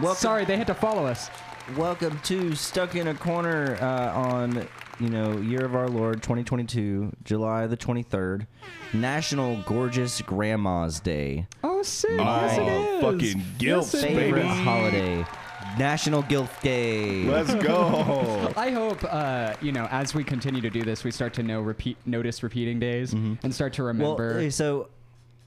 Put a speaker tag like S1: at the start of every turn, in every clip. S1: Welcome,
S2: Sorry, they had to follow us.
S1: welcome to Stuck in a Corner uh, on you know Year of Our Lord 2022, July the 23rd, National Gorgeous Grandma's Day,
S2: Oh, sick.
S1: My
S2: yes, it is.
S3: fucking guilt,
S2: yes, it
S3: baby.
S1: favorite
S2: is.
S1: holiday, National Guilt Day.
S3: Let's go.
S2: I hope uh, you know as we continue to do this, we start to know repeat notice repeating days and start to
S1: Well,
S2: remember.
S1: okay, so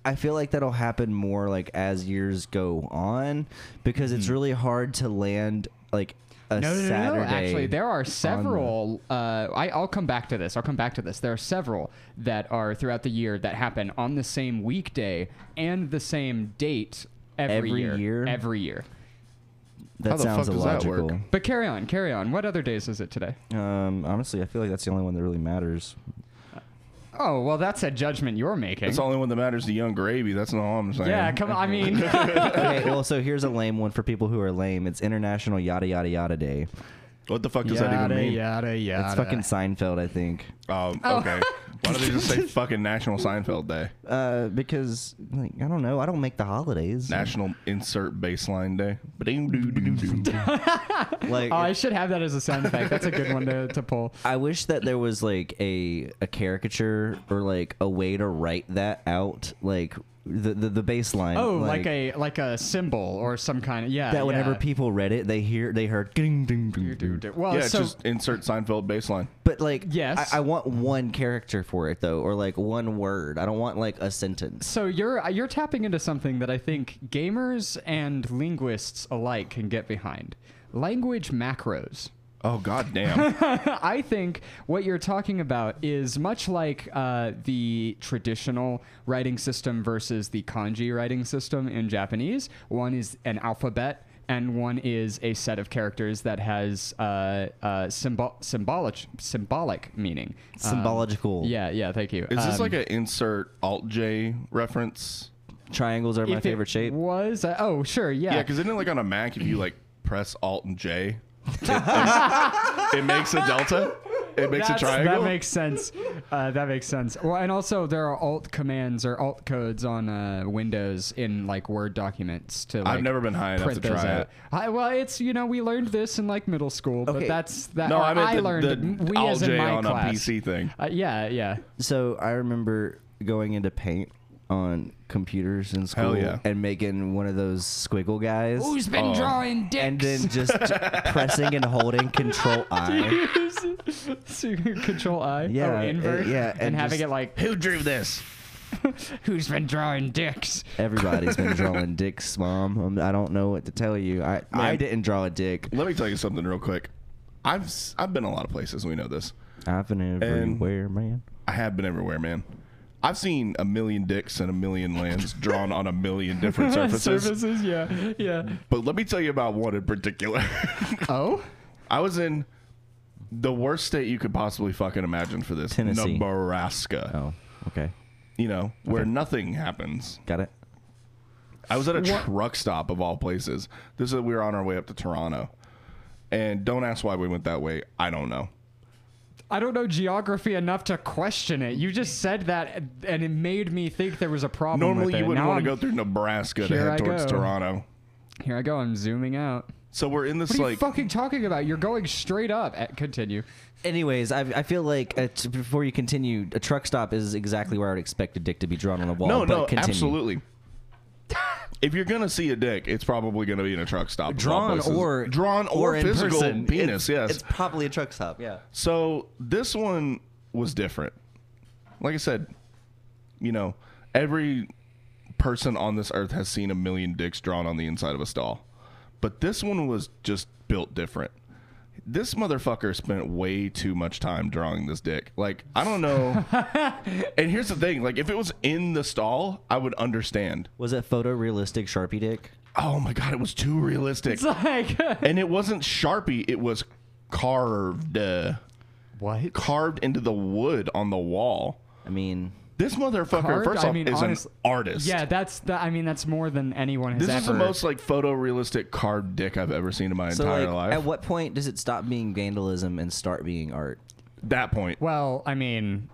S1: I feel like that'll happen more like as years go on because
S3: Hmm.
S1: it's really hard to land like a Saturday.
S2: Actually, there are several. Uh, I, I'll come back to this. I'll come back to this. There are several that are throughout the year that happen on the same weekday and the same date every,
S1: Every
S2: year,
S1: year?
S2: Every year.
S1: that
S3: How the
S1: sounds
S3: fuck does that work?
S1: illogical.
S2: But carry on, carry on. What other days is it today?
S1: Um, honestly, I feel like that's the only one that really matters.
S2: Oh well, that's a judgment you're making.
S3: That's the only one that matters to Young Gravy. That's not all I'm saying.
S2: yeah, come. I mean,
S1: okay, well, so here's a lame one for people who are lame. It's International Yada Yada Yada Day.
S3: What the fuck does that even mean?
S2: yada yada.
S1: It's fucking Seinfeld, I think.
S3: Um, okay. Why don't they just say fucking National Seinfeld Day?
S1: Uh, because like, I don't know. I don't make the holidays.
S3: National Insert Baseline Day. Ba-ding-doo-doo-doo-doo.
S1: Like,
S2: Oh, I should have that as a sound effect. That's a good one to, to pull.
S1: I wish that there was like a a caricature or like a way to write that out, like the the, the baseline.
S2: Oh, like, a like a symbol or some kind of yeah.
S1: that. Whenever
S2: yeah.
S1: people read it, they hear they heard ding ding ding ding.
S2: well,
S3: yeah,
S2: Oh, so
S3: just insert Seinfeld Baseline.
S1: But like,
S2: Yes.
S1: I, I want one character for it though, or like one word. I don't want like a sentence.
S2: so you're you're tapping into something that I think gamers and linguists alike can get behind. Language macros.
S3: Oh, goddamn.
S2: I think what you're talking about is much like uh, the traditional writing system versus the kanji writing system in Japanese. One is an alphabet. And one is a set of characters that has uh, uh, symbol- symbolic symbolic meaning. Um,
S1: Symbological.
S2: yeah, yeah. Thank you.
S3: Is this
S2: Um,
S3: like an insert Alt J reference?
S1: Triangles are my
S2: if it
S1: favorite shape.
S2: Was uh, oh sure yeah.
S3: Yeah, because isn't it like on a Mac if you like press Alt and J, it, it makes a delta? It makes a
S2: That's-
S3: triangle?
S2: That makes sense. Uh, that makes sense. Well, and also there are alt commands or alt codes on uh, Windows in like Word documents to. Like,
S3: I've never been high enough to
S2: print those
S3: try
S2: out.
S3: it.
S2: I, well, it's you know we learned this in like middle school, but
S1: Okay.
S2: that's that.
S3: No,
S2: or
S3: I meant the,
S2: learned m-
S3: the
S2: we
S3: Alt
S2: as in
S3: J
S2: my
S3: on
S2: class.
S3: a PC thing.
S2: Uh, yeah, yeah.
S1: So I remember going into paint on computers in school
S3: Hell yeah.
S1: and making one of those squiggle guys.
S2: been
S3: Oh.
S2: drawing dicks?
S1: and then just pressing and holding control I.
S2: control I.
S1: Yeah,
S2: oh, invert.
S1: uh, yeah,
S2: and,
S1: and
S2: having
S1: just-
S2: it like
S3: Who drew this?
S2: who's been drawing dicks?
S1: Everybody's been drawing dicks, mom. Um, I don't know what to tell you. I I
S3: Man.
S1: didn't draw a dick.
S3: Let me tell you something real quick. I've s- I've been a lot of places. We know this.
S1: I've been everywhere, man.
S3: I have been everywhere, man. I've seen a million dicks and a million lands drawn on a million different surfaces.
S2: Services, yeah, yeah.
S3: But let me tell you about one in particular.
S2: Oh,
S3: I was in the worst state you could possibly fucking imagine for this
S1: Tennessee.
S3: Nebraska.
S1: Oh, okay,
S3: You know, where nothing happens.
S1: got it.
S3: I was at a
S2: What-
S3: truck stop of all places. This is we were on our way up to Toronto. And don't ask why we went that way. I don't know.
S2: I don't know geography enough to question it. You just said that, and it made me think there was a problem.
S3: Normally
S2: with
S3: you
S2: it.
S3: wouldn't
S2: Now
S3: want
S2: I'm-
S3: to go through Nebraska to
S2: Here
S3: head
S2: I
S3: towards
S2: go.
S3: Toronto.
S2: Here I go. I'm zooming out.
S3: So we're in this
S2: What are you
S3: like
S2: fucking talking about? You're going straight up. Eh, Continue.
S1: Anyways, I, I feel like uh t- before you continue, a truck stop is exactly where I would expect a dick to be drawn on a wall.
S3: No,
S2: Oh,
S1: but
S3: no,
S1: continue.
S3: absolutely. If you're gonna see a dick, it's probably gonna be in a truck stop. of all
S1: Drawn
S3: places.
S1: or
S3: drawn or,
S1: in
S3: physical
S1: person. It's-
S3: penis. yes.
S1: it's probably a truck stop. Yeah.
S3: so this one was different. Like I said, you know, every person on this earth has seen a million dicks drawn on the inside of a stall, but this one was just built different. This motherfucker spent way too much time drawing this dick. Like, I don't know. and here's the thing like, if it was in the stall, I would understand.
S1: Was it photorealistic Sharpie dick?
S3: Oh my god, it was too realistic.
S2: It's like
S3: and it wasn't Sharpie, it was carved. Uh,
S2: what?
S3: carved into the wood on the wall.
S1: I mean,
S3: This motherfucker,
S2: Carved?
S3: first
S2: I
S3: off,
S2: mean,
S3: is
S2: honest-
S3: an artist.
S2: Yeah, that's the. I mean, that's more than anyone has
S3: This
S2: ever.
S3: is the most like photorealistic carved dick I've ever seen in my
S1: so
S3: entire
S1: like,
S3: life.
S1: at what point does it stop being vandalism and start being art?
S3: that point.
S2: Well, I mean,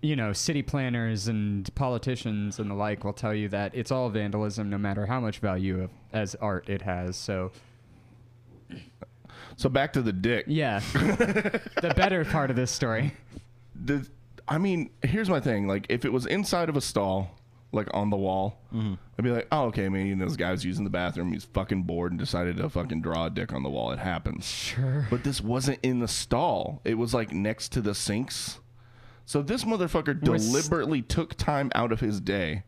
S2: you know, city planners and politicians and the like will tell you that it's all vandalism, no matter how much value of, as art it has. So
S3: So back to the dick.
S2: Yeah. the better part of this story.
S3: the I mean, here's my thing. Like, if it was inside of a stall, like on the wall,
S2: Mm-hmm.
S3: I'd be like, oh, okay, man, you know, this guy was using the bathroom. He's fucking bored and decided to fucking draw a dick on the wall. It happens. Sure. But this wasn't in the stall, it was like next to the sinks. So this motherfucker
S2: Was-
S3: deliberately took time out of his day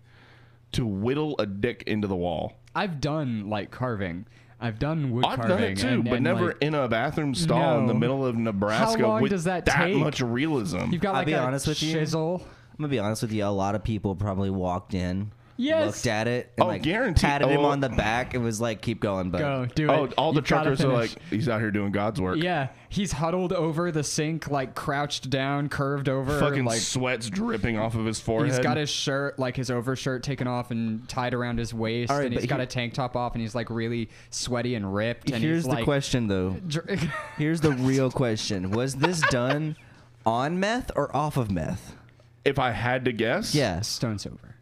S3: to whittle a dick into the wall.
S2: I've done like carving. I've done wood
S3: I've
S2: carving.
S3: done it too,
S2: and-
S3: but
S2: and,
S3: never
S2: like,
S3: in a bathroom stall in the
S2: No.
S3: middle of Nebraska
S2: long
S3: with
S2: does that take?
S3: much realism.
S2: you've got
S1: I'll
S2: like
S1: be
S2: a
S1: honest with you.
S2: chisel.
S1: I'm gonna be honest with you. A lot of people probably walked in,
S2: Yes.
S1: looked at it, and
S3: Oh,
S1: like
S3: guaranteed.
S1: patted him
S3: Oh.
S1: on the back and was like, "Keep going, bud."
S2: Go do it.
S3: Oh, all the
S2: You've gotta
S3: truckers are
S2: finish.
S3: like, he's out here doing God's work.
S2: Yeah, he's huddled over the sink, like crouched down, curved over.
S3: Fucking
S2: like
S3: sweat's dripping off of his forehead.
S2: he's got his shirt, like his overshirt, taken off and tied around his waist,
S1: All right,
S2: and he's
S1: but
S2: got
S1: he-
S2: a tank top off, and he's like really sweaty and ripped. And he's,
S1: Here's the
S2: like,
S1: question, though.
S2: dr-
S1: Here's the real question: Was this done on meth or off of meth?
S3: if I had to guess,
S1: Yes.
S2: Stone sober.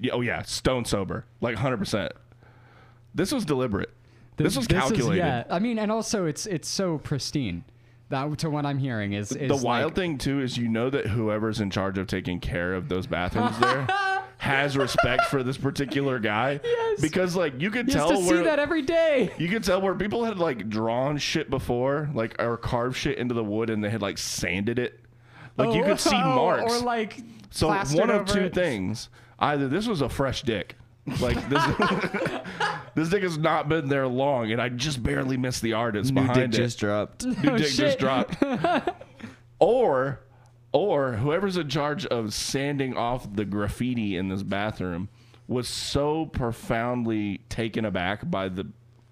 S3: yeah, oh yeah, stone sober, like hundred percent. This was deliberate. This, was
S2: is-
S3: calculated.
S2: yeah, I mean, and also it's it's so pristine. That to what I'm hearing is, is
S3: the wild
S2: like,
S3: thing too is you know that whoever's in charge of taking care of those bathrooms there has respect for this particular guy.
S2: Yes.
S3: Because like you could
S2: He has
S3: tell
S2: to
S3: where
S2: see that every day.
S3: you could tell where people had like drawn shit before, like or carved shit into the wood, and they had like sanded it. Like you
S2: Oh,
S3: could see
S2: oh,
S3: marks.
S2: or like
S3: So
S2: plastered
S3: one of
S2: over
S3: two
S2: it.
S3: things: either this was a fresh dick, like this, this dick has not been there long, and I just barely missed the artist
S1: New dick
S3: behind it.
S1: just dropped.
S3: New
S2: Oh,
S3: dick just
S2: shit.
S3: dropped. or, or whoever's in charge of sanding off the graffiti in this bathroom was so profoundly taken aback by the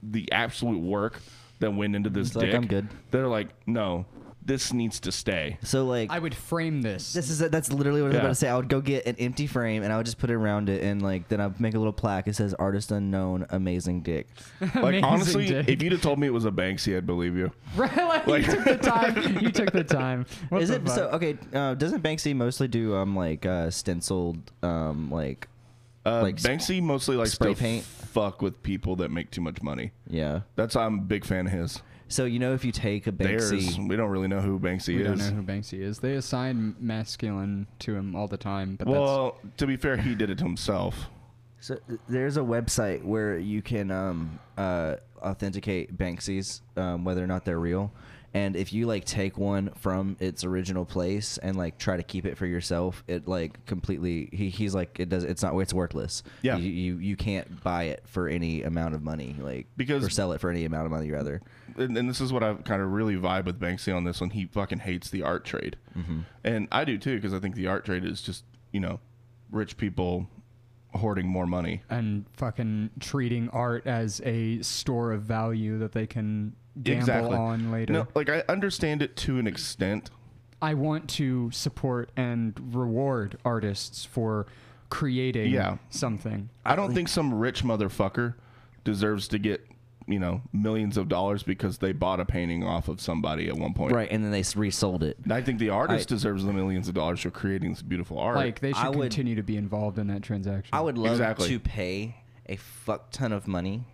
S3: the absolute work that went into this
S1: like,
S3: dick.
S1: "I'm good."
S3: They're like, no, this needs to stay.
S1: So like,
S2: I would frame this.
S1: This is that's literally what I was
S3: Yeah.
S1: about to say. I would go get an empty frame and I would just put it around it and like then I'd make a little plaque. It says "Artist Unknown, Amazing Dick."
S3: Like
S2: Amazing
S3: honestly,
S2: dick.
S3: if you'd have told me it was a Banksy, I'd believe you.
S2: Right, like,
S3: Like-
S2: you took the time. You took the time. What
S1: Is
S2: the
S1: it
S2: fuck?
S1: so? Okay, uh, doesn't Banksy mostly do um like uh, stenciled um like
S3: Uh,
S1: Like sp-
S3: Banksy mostly likes
S1: spray
S3: to
S1: paint?
S3: fuck with people that make too much money.
S1: yeah?
S3: That's I'm a big fan of his.
S1: So you know if you take a
S3: Theirs,
S1: Banksy,
S3: we don't really know who Banksy
S2: We don't know
S3: is.
S2: who Banksy is. They assign masculine to him all the time, but
S3: Well, to be fair, he did it to himself.
S1: so there's a website where you can um uh authenticate Banksys um, whether or not they're real. And if you like take one from its original place and like try to keep it for yourself, it like completely he, he's like it does it's not it's worthless.
S3: Yeah.
S1: you, you you can't buy it for any amount of money like
S3: Because-
S1: or sell it for any amount of money rather.
S3: and, and this is what I kind of really vibe with Banksy on this one. He fucking hates the art trade,
S1: Mm-hmm.
S3: and I do too because I think the art trade is just you know rich people hoarding more money.
S2: that's and fucking treating art as a store of value that they can gamble on later.
S3: No, like I understand it to an extent.
S2: I want to support and reward artists for creating
S3: Yeah.
S2: something.
S3: I don't think some rich motherfucker deserves to get you know millions of dollars because they bought a painting off of somebody at one point.
S1: Right, and then they s- resold it.
S3: And I think the artist
S1: I-
S3: deserves the millions of dollars for creating this beautiful art.
S2: Like they
S1: I
S2: should
S1: would-
S2: continue to be involved in that transaction.
S1: I would love
S3: Exactly.
S1: to pay a fuck ton of money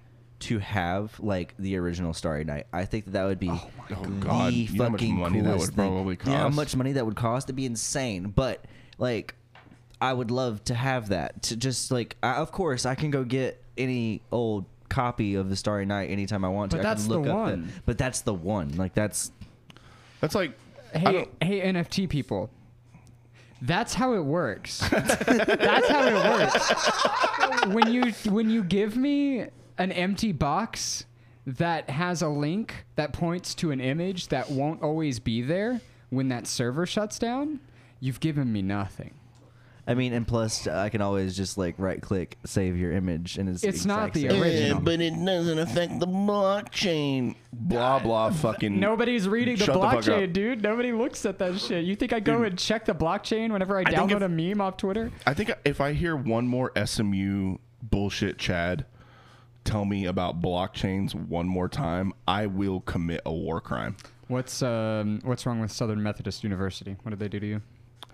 S1: to have like the original Starry Night. I think that, that would be
S3: God.
S1: the
S3: Oh God. You know how much
S1: fucking
S3: money that
S1: coolest
S3: would
S1: thing.
S3: probably
S1: Do you know how
S3: cost?
S1: much money that would cost? It'd be insane. But like, I would love to have that. To just like, I, of course, I can go get any old copy of the Starry Night anytime I want to.
S2: But
S1: I can
S2: that's the
S1: look up
S2: one.
S1: but that's the one. Like that's
S3: that's like I
S2: hey,
S3: don't-
S2: hey, NFT people. That's how it works. That's how it works. When you when you give me an empty box that has a link that points to an image that won't always be there when that server shuts down, you've given me nothing.
S1: I mean, and plus, I can always just like right click, save your image, and it's, the
S2: It's not
S1: exact
S2: the
S1: same.
S2: original.
S3: Yeah, but it doesn't affect the blockchain. Blah blah fucking.
S2: Nobody's reading the
S3: Shut the fuck
S2: blockchain,
S3: up.
S2: dude. Nobody looks at that shit. You think I go and check the blockchain whenever I,
S3: think
S2: download
S3: if-
S2: a meme off Twitter?
S3: I think if I hear one more SMU bullshit, Chad, tell me about blockchains one more time, I will commit a war crime.
S2: What's um, what's wrong with Southern Methodist University? What did they do to you?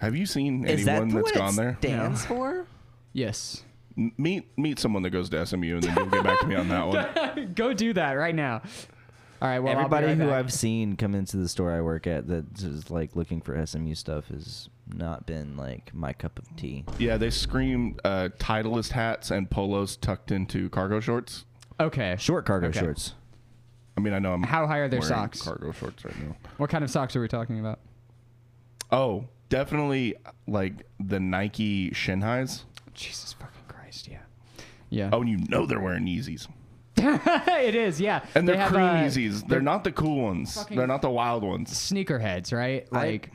S3: Have you seen
S1: Is that
S3: anyone that's
S1: what it
S3: gone there?
S1: stands for?
S2: Yes.
S3: M- meet meet someone that goes to SMU, and then you'll get back to me on that one.
S2: Go do that right now. All right. Well, I'll be
S1: Everybody
S2: right
S1: who
S2: back.
S1: I've seen come into the store I work at that is like looking for SMU stuff has not been like my cup of tea.
S3: Yeah, they scream uh, Titleist hats and polos tucked into cargo shorts.
S2: Okay.
S1: Short cargo
S2: Okay.
S1: shorts.
S3: I mean, I know I'm.
S2: How high are their
S3: wearing
S2: socks?
S3: Cargo shorts right now.
S2: What kind of socks are we talking about?
S3: Oh, definitely like the Nike shin highs.
S2: Jesus fucking Christ. Yeah. Yeah.
S3: Oh, and you know they're wearing Yeezys.
S2: it is. Yeah.
S3: And they're
S2: They have,
S3: cream
S2: uh,
S3: Yeezys. They're, not the cool ones.
S2: fucking-
S3: They're not the wild ones.
S2: sneakerheads, right?
S1: I-
S2: Like.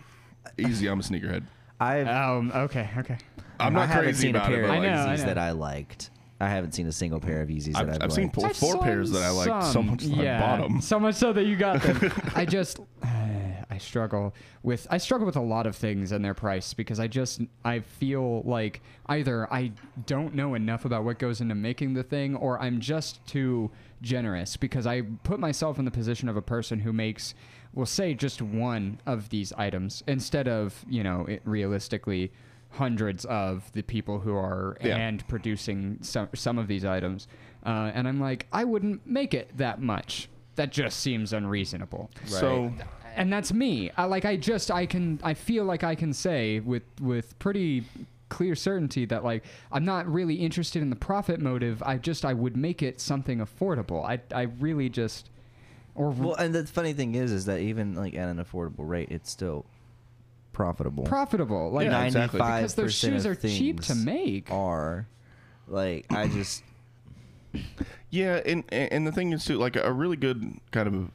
S3: Easy, I'm a sneakerhead.
S1: I've
S2: um. Okay. Okay.
S3: Uh, I'm
S1: I
S3: not
S1: haven't
S3: crazy
S1: seen a
S3: about
S1: pair
S3: it,
S1: of
S3: but
S2: I
S3: like,
S2: know.
S1: Yeezys that I liked. I haven't seen a single pair of Yeezys
S3: I've,
S1: that I've,
S3: I've seen
S1: liked.
S3: four, four pairs that I like so
S2: some-
S3: much that I bought them.
S2: So much so that you got them. I just I struggle with I struggle with a lot of things and their price because I just I feel like either I don't know enough about what goes into making the thing or I'm just too generous because I put myself in the position of a person who makes we'll say just one of these items instead of, you know, it realistically hundreds of the people who are
S3: Yeah.
S2: and producing some some of these items, uh, and I'm like, I wouldn't make it that much. That just seems unreasonable.
S3: So
S2: And that's me. I, like I just I can I feel like I can say with with pretty clear certainty that like I'm not really interested in the profit motive. I just I would make it something affordable. I I really just or
S1: Well, and the funny thing is, is that even like at an affordable rate, it's still profitable.
S2: profitable. Like
S3: Yeah, exactly.
S1: Ninety-five
S2: because their shoes are cheap to make.
S1: Are like I just
S3: Yeah, and and and the thing is too, like a really good kind of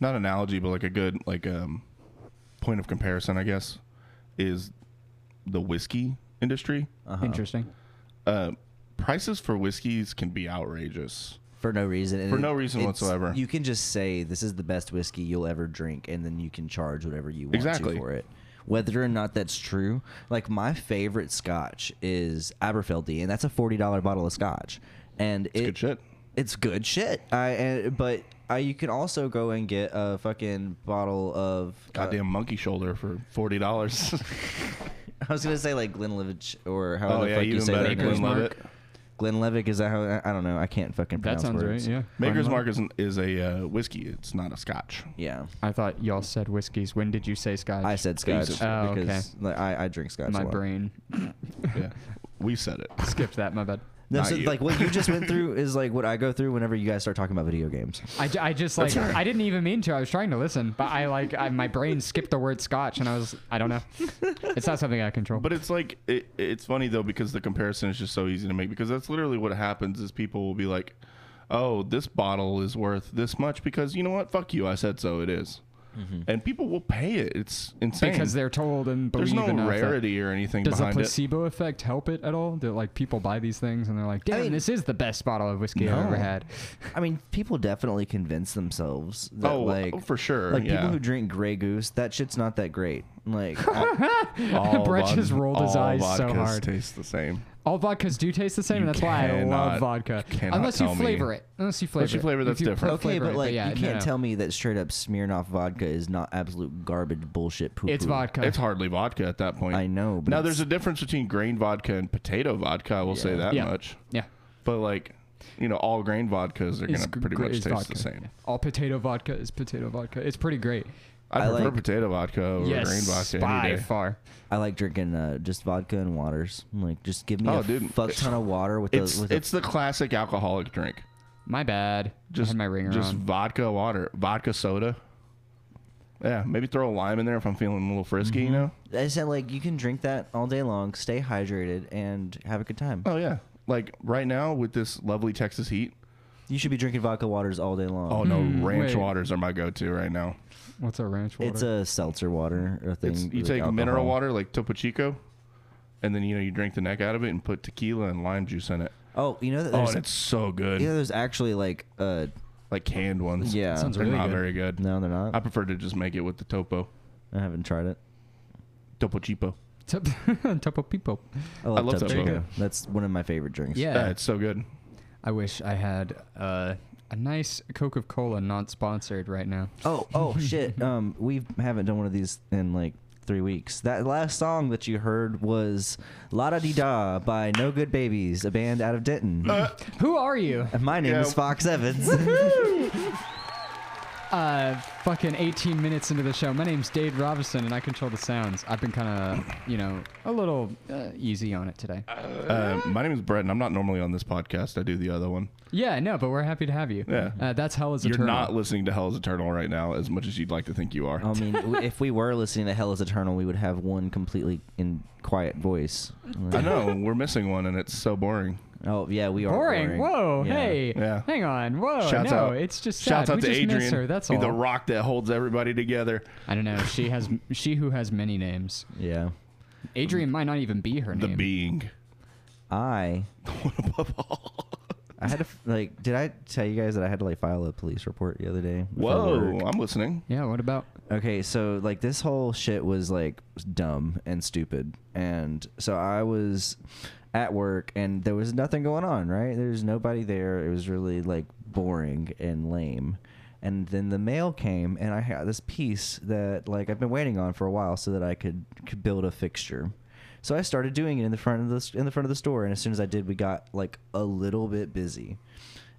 S3: not analogy, but like a good like um point of comparison, I guess, is the whiskey industry.
S1: uh-huh.
S2: Interesting.
S3: Uh, prices for whiskeys can be outrageous.
S1: for no reason. and
S3: For no reason
S1: it's-
S3: whatsoever.
S1: You can just say this is the best whiskey you'll ever drink, and then you can charge whatever you want
S3: Exactly.
S1: to for it. Whether or not that's true, like my favorite Scotch is Aberfeldy, and that's a forty dollar bottle of Scotch, and
S3: It's
S1: it-
S3: good shit.
S1: It's good shit. I and, but I, you can also go and get a fucking bottle of
S3: Goddamn monkey shoulder for forty dollars.
S1: Uh, I was gonna say like Glenlivet or how
S3: oh
S1: the
S3: yeah,
S1: fuck you
S3: even
S1: say
S3: better.
S1: that.
S2: Maker's
S1: name.
S3: Glenn
S2: Mark.
S3: Levitt.
S1: Glenlivet is that how I- I don't know. I can't fucking
S2: That
S1: pronounce
S2: sounds
S1: words.
S2: right. Yeah.
S3: Maker's Mark is, is a uh, whiskey. It's not a Scotch.
S1: Yeah.
S2: I thought y'all said whiskeys. When did you say scotch?
S1: I said scotch
S3: Jesus.
S2: Oh, okay.
S1: because like, I, I drink scotch.
S2: my
S1: a lot.
S2: brain
S3: Yeah, we said it.
S2: skipped that. My bad.
S1: No,
S3: Not
S1: so
S3: you.
S1: like what you just went through is like what I go through whenever you guys start talking about video games.
S2: I, ju- I just like I didn't even mean to. I was trying to listen, but I like I, my brain skipped the word scotch, and I was I don't know. It's not something I control.
S3: But it's like it, it's funny though because the comparison is just so easy to make because that's literally what happens is people will be like, "Oh, this bottle is worth this much because you know what? Fuck you, I said so. It is." and people will pay it. It's insane
S2: Mm-hmm. because they're told and believe
S3: there's no
S2: enough that-
S3: rarity or anything
S2: Does the
S3: behind it.
S2: placebo effect help it at all? That like people buy these things and they're like, "Damn,
S1: mean-
S2: this is the best bottle of whiskey I've
S3: No.
S2: ever had."
S1: I mean, people definitely convince themselves that
S3: Oh,
S1: like
S3: for sure,
S1: Like
S3: yeah.
S1: people who drink Grey Goose, that shit's not that great. Like I-
S3: All
S2: Brett
S3: vod-
S2: just rolled his
S3: all
S2: eyes so
S3: vodkas
S2: hard.
S3: Taste the same.
S2: All vodkas do taste the same, and
S3: You
S2: that's why I
S3: cannot-
S2: love vodka.
S3: you cannot
S2: Unless you
S3: tell me-
S2: flavor it. Unless you flavor
S3: you
S2: it.
S3: flavor,
S2: If
S3: that's different.
S1: okay,
S2: flavor
S1: but
S2: it,
S1: like you can't
S2: no.
S1: tell me that straight up Smirnoff vodka is not absolute garbage bullshit poo.
S2: It's vodka.
S3: It's hardly vodka at that point.
S1: I know, but
S3: now
S1: it's-
S3: there's a difference between grain vodka and potato vodka. I will say
S1: Yeah.
S3: that
S2: Yeah.
S3: much.
S2: Yeah.
S3: But like, you know, all grain vodkas are
S2: It's
S3: gonna
S2: gr-
S3: pretty
S2: gr-
S3: much
S2: is
S3: taste
S2: vodka.
S3: the same.
S2: All potato vodka is potato vodka. It's pretty great.
S3: I,
S1: I
S3: prefer
S1: like-
S3: potato vodka over
S2: yes,
S3: grain vodka
S2: by
S3: any day.
S2: far.
S1: I like drinking uh, just vodka and waters. Like just give me
S3: Oh,
S1: a
S3: dude,
S1: fuck
S3: it's-
S1: ton of water with
S3: It's
S1: the with
S3: it's the classic alcoholic drink.
S2: My bad. Just I
S3: Just
S2: had my ringer
S3: Just
S2: on.
S3: vodka water, vodka soda. Yeah, maybe throw a lime in there if I'm feeling a little
S2: Mm-hmm.
S3: frisky. You know?
S1: I said like you can drink that all day long, stay hydrated, and have a good time.
S3: Oh yeah. Like right now with this lovely Texas heat.
S1: You should be drinking vodka waters all day long.
S3: Oh no,
S2: Mm,
S3: ranch
S2: wait.
S3: waters are my go-to right now.
S2: What's a ranch water?
S1: it's a seltzer water or thing.
S3: It's, you
S1: with
S3: take mineral
S1: alcohol.
S3: water like Topo Chico, and then you know you drink the neck out of it and put tequila and lime juice in it.
S1: Oh, you know that
S3: Oh,
S1: there's,
S3: and it's so good.
S1: you know there's actually like uh
S3: Like canned ones.
S1: yeah.
S2: Sounds
S3: they're
S2: really
S3: not
S2: good.
S3: very good.
S1: No, they're not.
S3: I prefer to just make it with the topo,
S1: I haven't tried it.
S3: topo chipo.
S2: Top, top of people.
S1: I love,
S3: love
S1: Topo
S3: Topo.
S1: Chico. That's one of my favorite drinks.
S2: Yeah.
S3: Yeah, it's so good.
S2: I wish I had uh, a nice Coca Cola not sponsored right now.
S1: Oh, oh shit. Um, we haven't done one of these in like three weeks. That last song that you heard was "La Da Di Da" by No Good Babies, a band
S3: Uh,
S1: out of Denton.
S2: Who are you?
S1: And my name
S3: Yeah.
S1: is Fox Evans.
S2: uh, fucking 18 minutes into the show. My name's Dade Robinson, and I control the sounds. I've been kind of, you know, a little uh, easy on it today.
S3: Uh, my name is Brett, and I'm not normally on this podcast. I do the other one.
S2: Yeah, no, but we're happy to have you.
S3: Yeah.
S2: Uh, that's hell is
S3: You're
S2: eternal.
S3: not listening to Hell is Eternal right now as much as you'd like to think you
S2: Oh.
S3: are.
S1: I mean, w- if we were listening to Hell is Eternal, we would have one completely in quiet voice.
S3: I know we're missing one, and it's so boring.
S1: Oh yeah, we are
S2: boring. Whoa,
S1: Yeah.
S2: hey,
S3: Yeah.
S2: hang on. Whoa,
S3: Shouts
S2: no,
S3: out!
S2: it's just sad.
S3: shouts out
S2: we
S3: to
S2: just
S3: Adrian.
S2: miss her. That's
S3: Be
S2: all.
S3: the rock that holds everybody together.
S2: I don't know. She has she who has many names.
S1: Yeah,
S2: Adrian might not even be her
S3: The
S2: name.
S3: being.
S1: I
S3: The one above all.
S1: I had to f- like. Did I tell you guys that I had to like file a police report the other day? for
S3: Whoa!
S1: work?
S3: I'm listening.
S2: Yeah. What about?
S1: Okay, so like this whole shit was like dumb and stupid. And so I was at work and there was nothing going on, right? There's nobody there. It was really like boring and lame. And then the mail came and I had this piece that like I've been waiting on for a while so that I could, could build a fixture. So I started doing it in the front of the s- in the front of the store and as soon as I did, we got like a little bit busy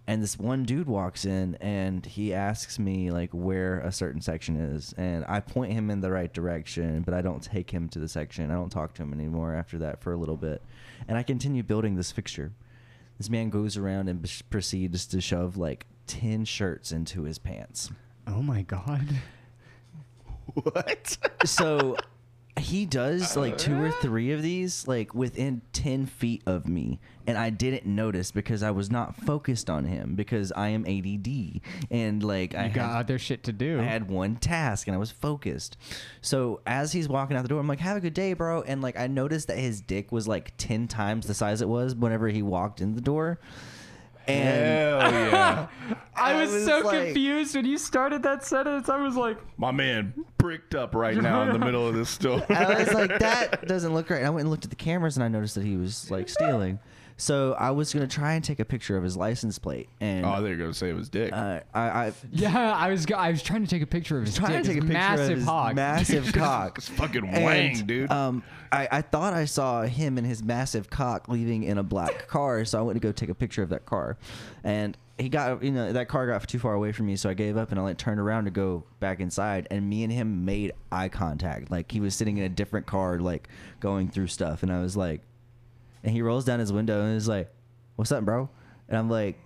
S1: and this one dude walks in and he asks me like where a certain section is and i point him in the right direction but i don't take him to the section i don't talk to him anymore after that for a little bit and i continue building this fixture this man goes around and p- proceeds to shove like 10 shirts into his pants
S2: Oh my God.
S3: What?
S1: so he does like two or three of these like within 10 feet of me and i didn't notice because i was not focused on him because i am add and like i
S2: You got
S1: have-
S2: other shit to do.
S1: I had one task and I was focused. So as he's walking out the door, I'm like, "Have a good day, bro." And like I noticed that his dick was like ten times the size it was whenever he walked in the door. And
S3: Hell yeah!
S2: I
S1: I
S2: was,
S1: was
S2: so
S1: like-
S2: confused when you started that sentence. I was like,
S3: My man bricked up right now in the middle of this store.
S1: I was like, "That doesn't look right." And I went and looked at the cameras and I noticed that he was like stealing. So I was gonna try and take a picture of his license plate and.
S3: Oh, they're gonna say it was dick.
S1: uh, I, I
S2: yeah, I was go- I was trying to take a picture of his
S1: trying
S2: dick,
S1: to take a
S2: his
S1: picture
S2: massive
S1: of his
S2: hog.
S1: massive cock.
S3: It's fucking
S1: And,
S3: wang, dude.
S1: Um, I, I thought I saw him and his massive cock leaving in a black car, so I went to go take a picture of that car, and he got you know that car got too far away from me, so I gave up and I like turned around to go back inside, and me and him made eye contact, like he was sitting in a different car, like going through stuff, and I was like, and he rolls down his window and is like, "What's up, bro?" And I'm like,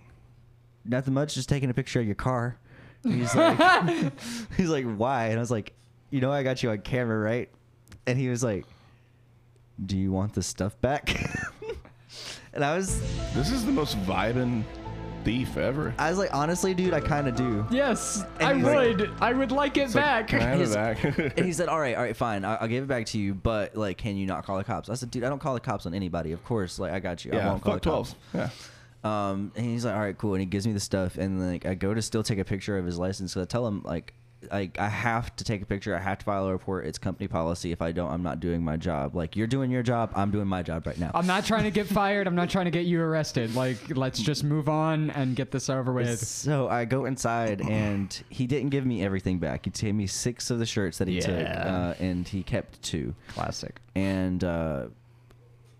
S1: "Nothing much, just taking a picture of your car." And he's like, he's like, "Why?" And I was like, "You know, I got you on camera, right?" And he was like, "Do you want this stuff back?" and I was,
S3: this is the most vibin' thief ever.
S1: I was like, honestly, dude, I kind of do.
S2: Yes,
S1: And
S2: I
S1: he's like-
S2: would. I would like it
S3: It's like,
S2: back.
S3: can I have it
S1: His-
S3: back?
S1: And he said, "All right, all right, fine. I'll, I'll give it back to you, but like, can you not call the cops?" I said, "Dude, I don't call the cops on anybody. Of course, like, I got you. I
S3: yeah,
S1: won't call
S3: fuck
S1: the cops."
S3: twelve. Yeah.
S1: Um, and he's like, all right, cool. And he gives me the stuff, and like I go to still take a picture of his license. So I tell him like, like I have to take a picture. I have to file a report. It's company policy. If I don't, I'm not doing my job. Like you're doing your job. I'm doing my job right now.
S2: I'm not trying to get fired. I'm not trying to get you arrested. Like, let's just move on and get this over with.
S1: so I go inside, and he didn't give me everything back. He gave me six of the shirts that he took,
S2: Yeah.
S1: uh, and he kept two.
S2: Classic.
S1: And uh,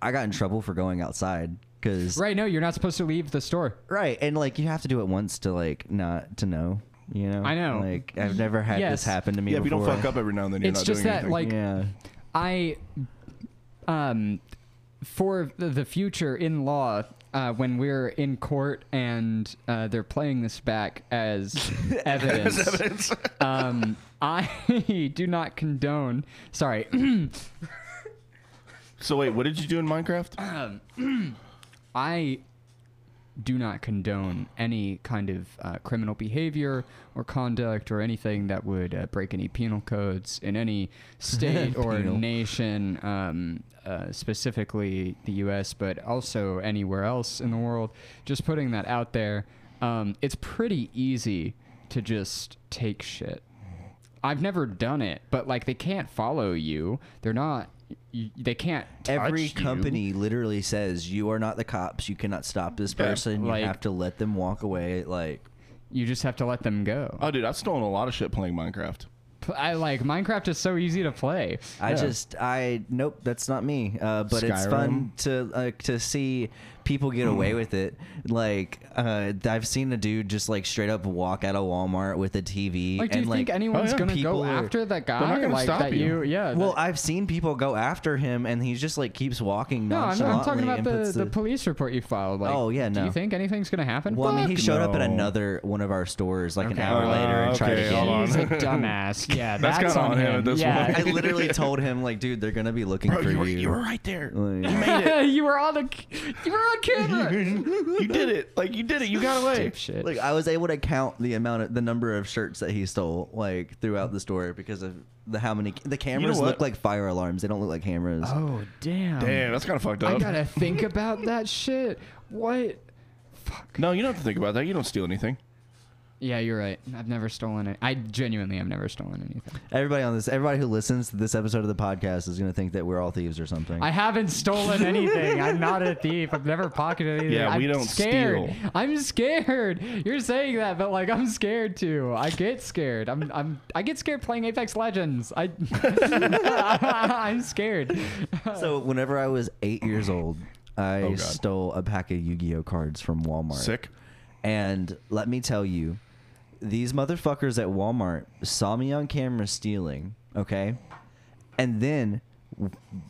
S1: I got in trouble for going outside because
S2: Right? No, you're not supposed to leave the store.
S1: Right, and like you have to do it once to like not to know, you know.
S2: I know.
S1: Like I've never had
S2: Yes.
S1: this happen to me.
S3: Yeah, if you
S1: before.
S3: don't fuck up every now and then, you're
S2: It's
S3: not
S2: just
S3: doing
S2: that,
S3: anything.
S2: like-
S1: yeah,
S2: I, um, for the- the future in law, uh, when we're in court and uh, they're playing this back as evidence, um, I do not condone. Sorry,
S3: so wait, what did you do in Minecraft?
S2: I do not condone any kind of uh, criminal behavior or conduct or anything that would uh, break any penal codes in any state or
S1: Penal.
S2: nation, um, uh, specifically the U.S., but also anywhere else in the world. Just putting that out there, um, it's pretty easy to just take shit. I've never done it, but like they can't follow you. They're not. y- They can't. touch
S1: every
S2: you.
S1: company literally says you are not the cops. You cannot stop this person.
S2: like-
S1: you have to let them walk away. Like
S2: You just have to let them go.
S3: Oh, dude, I've stolen a lot of shit playing Minecraft.
S2: P- I like Minecraft is so easy to play.
S1: I
S3: Yeah.
S1: just I nope, that's not me. Uh, but it's fun to uh, to see people get away
S2: Hmm.
S1: with it. Like uh, I've seen a dude just like straight up walk out of Walmart with a TV.
S2: Like, do
S1: and,
S2: you think
S1: like,
S2: anyone's
S3: Oh, yeah.
S2: gonna
S1: People
S2: go
S1: are-
S2: after that guy?
S3: not gonna
S2: like
S3: stop
S2: that
S3: you.
S2: Yeah.
S1: Well,
S2: Oh, that-
S1: I've seen people go after him, and he just like keeps walking
S2: no, I'm,
S1: nonchalantly.
S2: I'm talking about
S1: and
S2: the,
S1: puts
S2: the police report you filed. Like,
S1: Oh, yeah,
S2: Do you
S1: no.
S2: think anything's gonna happen?
S1: Well, I mean, he
S2: Fuck
S1: showed up at
S3: no.
S1: another one of our stores like an
S2: Okay.
S1: hour
S2: Uh,
S1: later and tried
S3: okay,
S1: again.
S3: hold on.
S2: He's a dumbass. Yeah,
S3: That's
S2: that's,
S3: kinda
S2: on
S3: on him at this
S2: yeah.
S1: I literally told him like, dude, they're gonna be looking
S3: Bro,
S1: for
S3: you were,
S1: you.
S3: you were right there.
S1: Like-
S3: you made it.
S2: you were on the, you were on camera.
S3: You did it. Like you did it. You got away.
S2: Dipshit.
S1: Like I was able to count the amount of the number of shirts that he stole like throughout the store because of the how many the cameras
S3: what?
S1: look like fire alarms. They don't look like cameras.
S2: oh damn.
S3: Damn, that's kind of fucked
S2: I
S3: up.
S2: gotta think about that shit. What? Fuck.
S3: No, you don't have to think about that. You don't steal anything.
S2: Yeah, you're right. I've never stolen it. I genuinely have never stolen anything.
S1: Everybody on this, everybody who listens to this episode of the podcast is gonna think that we're all thieves or something.
S2: I haven't stolen anything. I'm not a thief. I've never pocketed anything.
S3: Yeah,
S2: I'm
S3: we don't
S2: scared.
S3: steal.
S2: I'm scared. You're saying that, but like I'm scared too. I get scared. I'm I'm I get scared playing Apex Legends. I I'm scared.
S1: so whenever I was eight years old, I
S3: Oh, God.
S1: stole a pack of Yu-Gi-Oh cards from Walmart.
S3: Sick.
S1: And let me tell you, these motherfuckers at Walmart saw me on camera stealing, okay? And then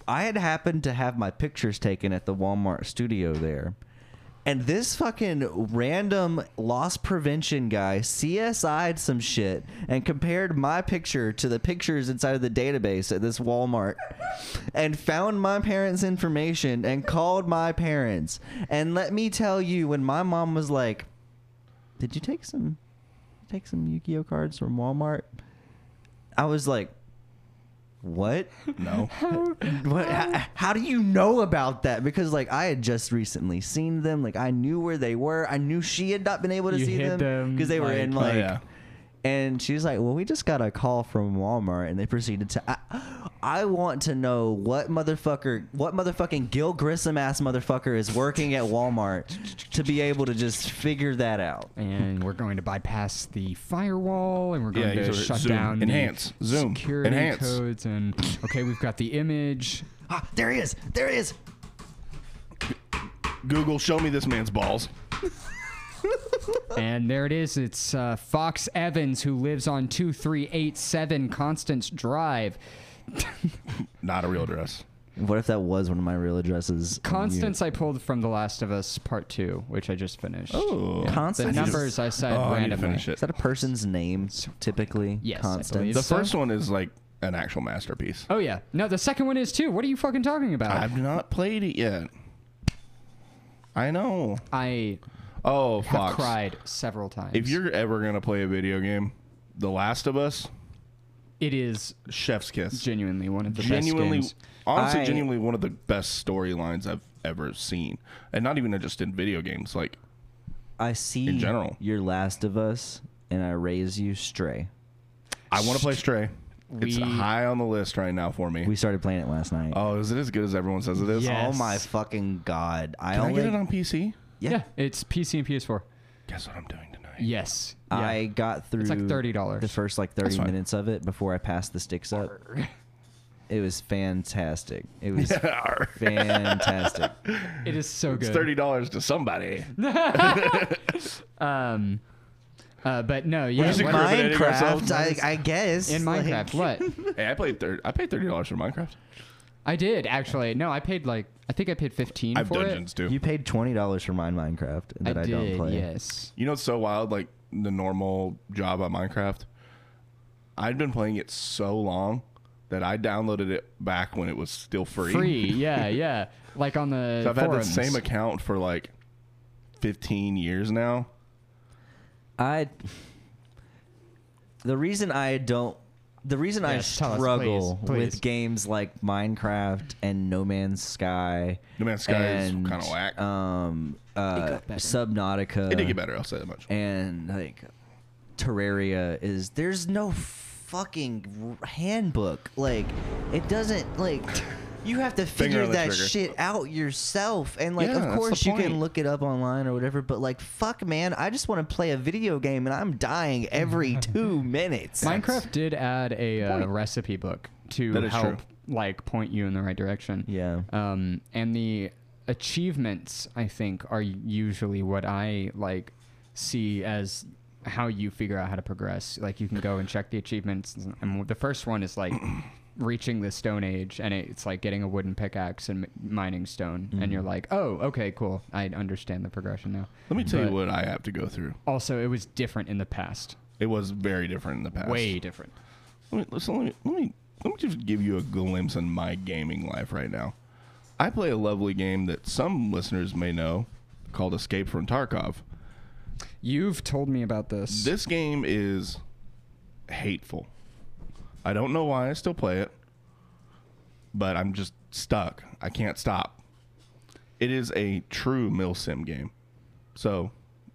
S1: I had happened to have my pictures taken at the Walmart studio there. And this fucking random loss prevention guy CSI'd some shit and compared my picture to the pictures inside of the database at this Walmart and found my parents' information and called my parents. And let me tell you, when my mom was like, Did you take some take some Yu-Gi-Oh cards from Walmart? I was like, What?
S3: No. Oh,
S1: What,
S2: Uh,
S1: how, how do you know about that? Because like I had just recently seen them, like I knew where they were. I knew she had not been able to
S2: You
S1: see
S2: hid
S1: them
S2: them,
S1: because they were in
S3: like-
S1: like.
S3: Oh, yeah.
S1: And she's like, "Well, we just got a call from Walmart, and they proceeded to." I, I want to know what motherfucker, what motherfucking Gil Grissom ass motherfucker is working at Walmart to be able to just figure that out.
S2: And we're going to bypass the firewall, and we're
S3: Yeah,
S2: going to
S3: use it.
S2: shut
S3: Zoom.
S2: down the
S3: Enhance. Zoom.
S2: security
S3: Enhance.
S2: codes. And okay, we've got the image.
S1: Ah, there he is! There he is!
S3: Google, show me this man's balls.
S2: And there it is. It's uh, Fox Evans who lives on 2387 Constance Drive.
S3: Not a real dress.
S1: What if that was one of my real addresses? and you-
S2: Constance, I pulled from The Last of Us Part 2, which I just finished.
S3: Oh.
S2: The
S1: Constance.
S2: numbers I said
S3: Oh, I need to
S2: randomly.
S3: finish
S1: Is
S3: it.
S1: that a person's name? Typically,
S2: Yes, I
S1: Constance.
S2: believe
S3: The
S2: so.
S3: first one is like an actual masterpiece.
S2: Oh, yeah. No, the second one is too. What are you fucking talking about?
S3: I've not played it yet. I know.
S2: I
S3: Oh,
S2: have
S3: Fox.
S2: cried several times.
S3: If you're ever gonna play a video game, The Last of Us,
S2: It is
S3: Chef's Kiss.
S2: genuinely one of the
S3: genuinely,
S2: best games.
S3: honestly,
S1: I-
S3: genuinely one of the best storylines I've ever seen, and not even just in video games. Like,
S1: I see
S3: In general.
S1: your Last of Us, and I raise you stray.
S3: I want to play Stray. It's
S2: We-
S3: high on the list right now for me.
S1: We started playing it last night.
S3: oh, is it as good as everyone says it is?
S2: Yeah.
S1: Oh my
S2: yes.
S1: fucking god! I
S3: Can I
S1: only
S3: get it on PC?
S1: yeah,
S2: yeah, it's PC and PS4.
S3: Guess what I'm doing tonight.
S2: Yes. Yeah.
S1: I got through
S2: like $30.
S1: the first like
S3: That's
S1: thirty
S3: fine.
S1: minutes of it before I passed the sticks up. It was fantastic. It was fantastic.
S2: It is so good.
S3: It's thirty dollars to somebody.
S2: Um, uh, but no, yeah.
S3: just
S2: what-
S3: agree- Incriminating
S1: Minecraft,
S3: ourselves.
S1: I, I guess.
S2: in
S1: like-
S2: Minecraft, what?
S3: hey, I played thirty. I paid thirty dollars for Minecraft.
S2: I did actually. No, I paid like I think I paid fifteen
S3: I have
S2: for
S3: dungeons
S2: it.
S3: too.
S1: you paid twenty dollars for mine Minecraft
S2: I
S1: that I,
S2: did.
S1: don't play.
S2: Yes.
S3: You know it's so wild? Like the normal job at Minecraft. I'd been playing it so long that I downloaded it back when it was still free.
S2: Free. Yeah, yeah. Like on the.
S3: So I've
S2: forums.
S3: had the same account for like 15 years now.
S1: I the reason I don't the reason
S2: Yes,
S1: I
S2: tell us,
S1: struggle
S2: please, please.
S1: with games like Minecraft and No Man's Sky.
S3: No Man's Sky is
S1: and,
S3: kinda whack.
S1: Um, uh,
S2: got better.
S1: Subnautica.
S3: It
S2: Uh.
S3: did get better. I'll say that much.
S1: And like Terraria is there's no fucking r- handbook. Like it doesn't like. You have to
S3: Finger
S1: figure
S3: on the
S1: that
S3: trigger.
S1: shit out yourself, and like,
S3: Yeah, that's
S1: of
S3: the
S1: course, you
S3: point.
S1: can look it up online or whatever. But like, fuck, man, I just want to play a video game, and I'm dying every two minutes.
S2: Minecraft did add a uh, recipe book to
S3: That is
S2: help
S3: true. Uh,
S2: like point you in the right direction.
S1: Yeah.
S2: Um, and the achievements, I think, are usually what I like see as how you figure out how to progress. Like you can go and check the achievements, and the first one is like reaching the Stone Age, and it's like getting a wooden pickaxe and m- mining stone,
S3: Mm-hmm.
S2: and you're like, oh, okay, cool, I understand the progression now.
S3: Let me tell
S2: But-
S3: you what I have to go through.
S2: Also, it was different in the past,
S3: It was very different in the past.
S2: way different.
S3: Let me, listen, let me let me let me just give you a glimpse in my gaming life right now. I play a lovely game that some listeners may know called Escape from Tarkov.
S2: You've told me about this.
S3: This game is hateful. I don't know why I still play it, but I'm just stuck. I can't stop. It is a true milsim game. So,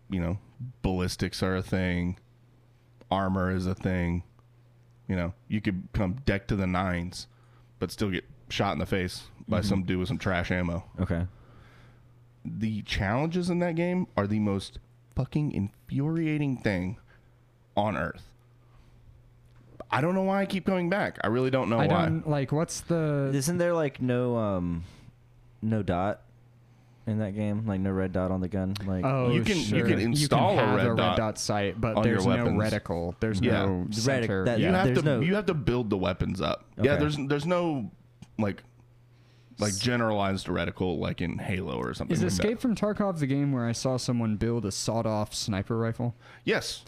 S3: you know, ballistics are a thing, armor is a thing. You know, you could come decked to the nines, but still get shot in the face by some dude with some trash ammo
S1: Okay.
S3: the challenges in that game are the most fucking infuriating thing on earth. I don't know why I keep going back. I really don't know
S2: I
S3: why.
S2: don't like. What's the
S1: Isn't there like no um, no dot in that game? Like no red dot on the gun? Like
S2: Oh,
S3: You can- you
S2: sure.
S3: can install a
S2: have
S3: red dot
S2: sight, but
S3: on your
S2: there's no
S3: weapons.
S2: reticle. There's
S3: Yeah.
S2: no
S1: The retic-
S2: center.
S1: that-
S3: you
S2: yeah.
S1: yeah.
S3: have
S1: there's
S3: to
S1: no-
S3: you have to build the weapons up. Yeah,
S1: Okay.
S3: there's there's no like like generalized reticle like in Halo or something.
S2: Is
S3: like
S2: Escape
S3: that.
S2: from Tarkov the game where I saw someone build a sawed-off sniper rifle?
S3: Yes.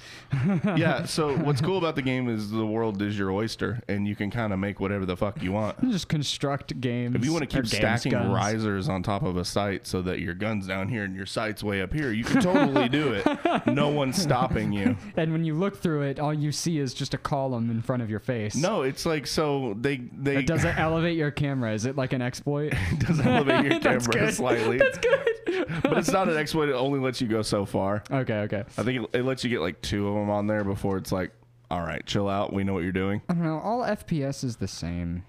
S3: yeah, so what's cool about the game is the world is your oyster and you can kind of make whatever the fuck you want.
S2: You Just construct games.
S3: If you want
S2: or
S3: to keep
S2: games,
S3: stacking
S2: guns.
S3: risers on top of a site so that your gun's down here and your site's way up here, you can totally do it. No one's stopping you.
S2: and when you look through it, all you see is just a column in front of your face.
S3: No, it's like so they they
S2: It doesn't elevate your camera. Is it like an exploit?
S3: does elevate your
S2: That's
S3: camera
S2: good.
S3: slightly,
S2: That's good.
S3: but it's not an exploit. It only lets you go so far.
S2: okay, okay.
S3: I think it, it lets you get like two of them on there before it's like, all right, chill out. We know what you're doing.
S2: I don't know. All FPS is the same,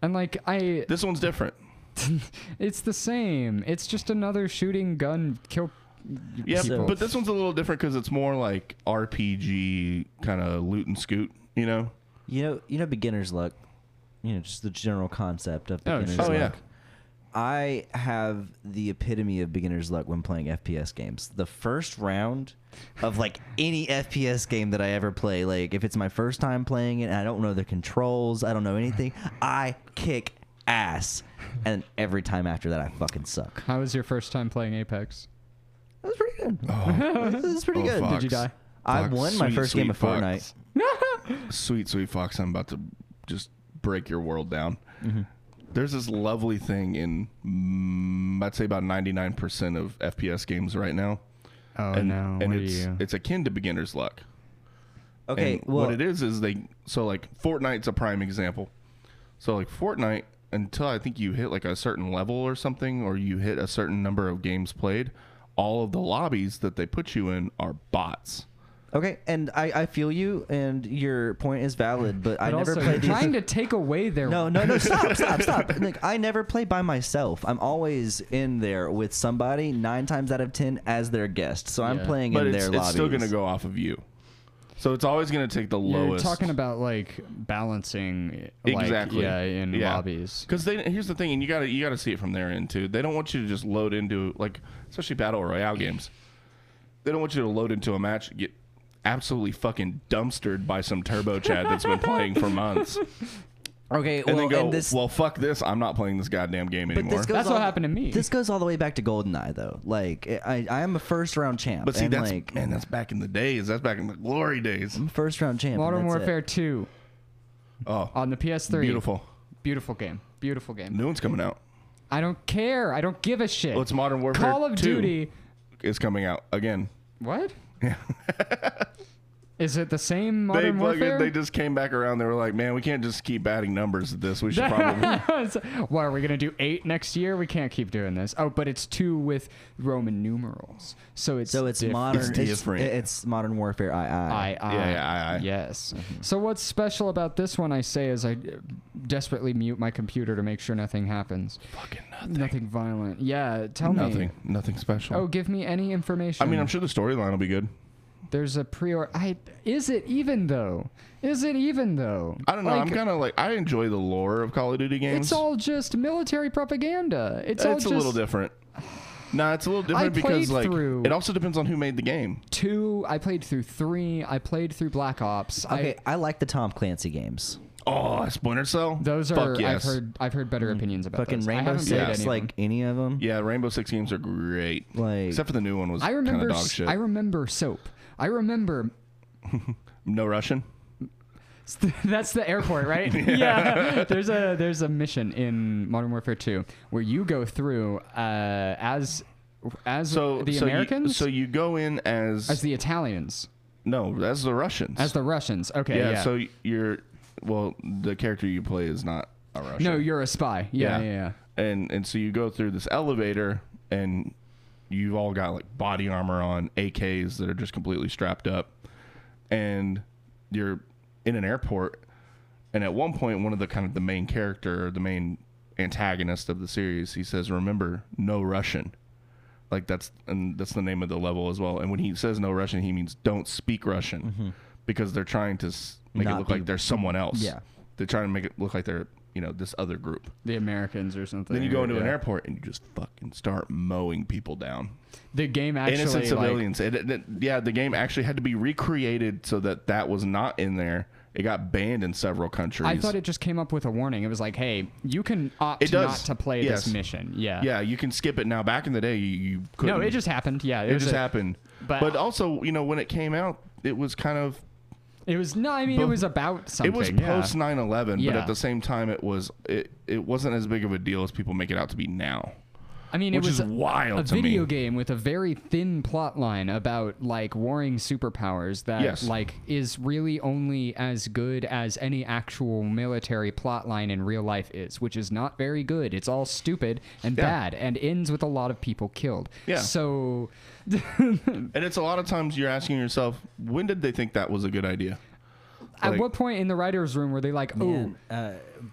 S2: and like I,
S3: This one's different.
S2: it's the same. It's just another shooting gun kill.
S3: Yeah,
S1: So-
S3: but this one's a little different because it's more like RPG kind of loot and scoot. You know,
S1: You know, you know, beginner's luck. You know, just the general concept of
S2: Oh,
S1: beginner's
S2: sure.
S3: Oh, yeah.
S1: luck. I have the epitome of beginner's luck when playing FPS games. The first round of like any FPS game that I ever play, like if it's my first time playing it and I don't know the controls, I don't know anything, I kick ass. And every time after that, I fucking suck.
S2: How was your first time playing Apex?
S1: That was pretty good. That was pretty
S3: Oh,
S1: good.
S3: fuck.
S2: Did you die?
S3: Fox.
S1: I
S3: Fuck,
S1: won my
S3: sweet,
S1: first
S3: sweet
S1: game of
S3: fuck.
S1: Fortnite.
S3: sweet sweet fox i'm about to just break your world down
S2: Mm-hmm.
S3: there's this lovely thing in mm, i'd say about 99% of fps games right now
S2: Oh
S3: and,
S2: no!
S3: and
S2: what
S3: it's
S2: are you?
S3: it's akin to beginner's luck
S1: Okay,
S3: and
S1: well,
S3: what it is is they so like fortnite's a prime example so like fortnite until i think you hit like a certain level or something or you hit a certain number of games played all of the lobbies that they put you in are bots
S1: Okay, and I, I feel you, and your point is valid, but I
S2: But
S1: never
S2: also,
S1: play
S2: you're
S1: these.
S2: trying to take away their
S1: No, no, no! Stop, stop, stop! Like I never play by myself. I'm always in there with somebody nine times out of ten as their guest. So I'm
S2: Yeah.
S1: playing
S3: but
S1: in
S3: it's,
S1: their
S3: it's
S1: lobby.
S3: still going to go off of you. So it's always going to take the
S2: You're
S3: lowest.
S2: talking about like balancing, like,
S3: exactly.
S2: yeah, in lobbies.
S3: Because they here's the thing, and you got to you got to see it from their end too. They don't want you to just load into like especially battle royale games. They don't want you to load into a match get absolutely fucking dumpstered by some turbo chad that's been playing for months, and
S1: Okay, well,
S3: then go,
S1: and this,
S3: well, fuck this, I'm not playing this goddamn game
S1: but
S3: anymore.
S1: this goes
S2: That's
S1: all,
S2: what happened to me.
S1: This goes all the way back to GoldenEye, though. Like I, I am a first round champ.
S3: but see,
S1: and,
S3: that's
S1: like Mm-hmm.
S3: man, that's back in the days. That's back in the glory days.
S1: I'm a first round champ. and
S2: Modern
S1: that's it.
S2: Warfare Two
S3: Oh,
S2: on the PS3.
S3: beautiful.
S2: beautiful game, beautiful game.
S3: New one's coming out.
S2: I don't care. I don't give a shit.
S3: Well, it's Modern Warfare.
S2: Call of
S3: 2
S2: Duty.
S3: is coming out again.
S2: What? Yeah. Is it the same Modern
S3: they fucking-
S2: Warfare?
S3: they just came back around. They were like, man, we can't just keep adding numbers at this. We should probably.
S2: what are we gonna do eight next year? We can't keep doing this. Oh, but it's two with Roman numerals, so it's
S1: So it's
S2: diff-
S1: modern.
S3: It's different.
S1: It's, Modern Warfare. II.
S2: I, I,
S3: Yeah, yeah, I, I.
S2: yes.
S1: Mm-hmm.
S2: So what's special about this one? I say is I uh, desperately mute my computer to make sure nothing happens.
S3: fucking nothing.
S2: Nothing violent. Yeah, tell me.
S3: Nothing. Nothing special.
S2: Oh, give me any information.
S3: I mean, I'm sure the storyline will be good.
S2: There's a prior. I is it even though? Is it even though?
S3: I don't know. I'm
S2: Like,
S3: kind of like I enjoy the lore of Call of Duty games.
S2: It's all just military propaganda. It's, all
S3: it's
S2: just
S3: a little different. No, it's a little different
S2: I played
S3: because like
S2: through-
S3: it also depends on who made the game.
S2: two. I played through three. I played through Black Ops.
S1: Okay,
S2: I,
S1: I, like the Tom Clancy games.
S3: Oh, Splinter Cell.
S2: those
S3: Fuck
S2: are.
S3: yes.
S2: I've heard. I've heard better opinions about.
S1: Mm. Fucking
S2: those. I
S1: Rainbow
S2: haven't played
S1: Six,
S2: any of them.
S1: like any of them.
S3: Yeah, Rainbow Six games are great.
S1: Like-
S3: except for the new one was
S2: I
S3: kind of
S2: remember.
S3: dog
S2: s-
S3: shit.
S2: I remember soap. I remember.
S3: no Russian.
S2: That's the airport, right? yeah. There's a there's a mission in Modern Warfare 2 where you go through uh, as as
S3: So
S2: the
S3: so You,
S2: Americans,
S3: so you go in as,
S2: as the Italians,
S3: no, as the Russians.
S2: as the Russians. Okay.
S3: yeah,
S2: Yeah.
S3: So you're well, the character you play is not a Russian.
S2: no, you're a spy. Yeah.
S3: Yeah.
S2: Yeah. yeah.
S3: and and so you go through this elevator and you've all got like body armor on ak's that are just completely strapped up and you're in an airport and at one point one of the kind of the main character or the main antagonist of the series he says remember no russian like that's and that's the name of the level as well and when he says no russian he means don't speak russian because they're trying to s- make it
S1: Mm-hmm. Not
S3: look
S1: be-
S3: like they're someone else
S1: Yeah.
S3: they're trying to make it look like they're you know this other group
S2: The Americans or something.
S3: then you go into an
S2: yeah.
S3: airport and you just fucking start mowing people down.
S2: The game actually
S3: Innocent
S2: like,
S3: civilians. It- it- it- yeah, the game actually had to be recreated so that that was not in there. It got banned in several countries.
S2: I thought it just came up with a warning. It was like, hey, you can opt
S3: It does.
S2: not to play
S3: Yes.
S2: this mission. Yeah.
S3: yeah, you can skip it now. Back in the day, you, you couldn't.
S2: No, it just happened. Yeah.
S3: it
S2: was
S3: just
S2: a-
S3: happened. But,
S2: but-
S3: also, you know, when it came out, it was kind of
S2: It was no. I mean, it was about something.
S3: it was
S2: yeah.
S3: post 9-11, but
S2: Yeah.
S3: at the same time, it was it, it wasn't as big of a deal as people make it out to be now.
S2: I mean,
S3: Which
S2: it was
S3: is wild
S2: a
S3: to
S2: video
S3: me.
S2: game with a very thin plot line about like warring superpowers that
S3: Yes.
S2: like is really only as good as any actual military plot line in real life is, which is not very good. It's all stupid and
S3: Yeah.
S2: bad and ends with a lot of people killed.
S3: Yeah.
S2: So
S3: And it's a lot of times you're asking yourself, when did they think that was a good idea?
S2: at
S3: Like-
S2: what point in the writers' room were they like, "Oh,
S1: Man, uh,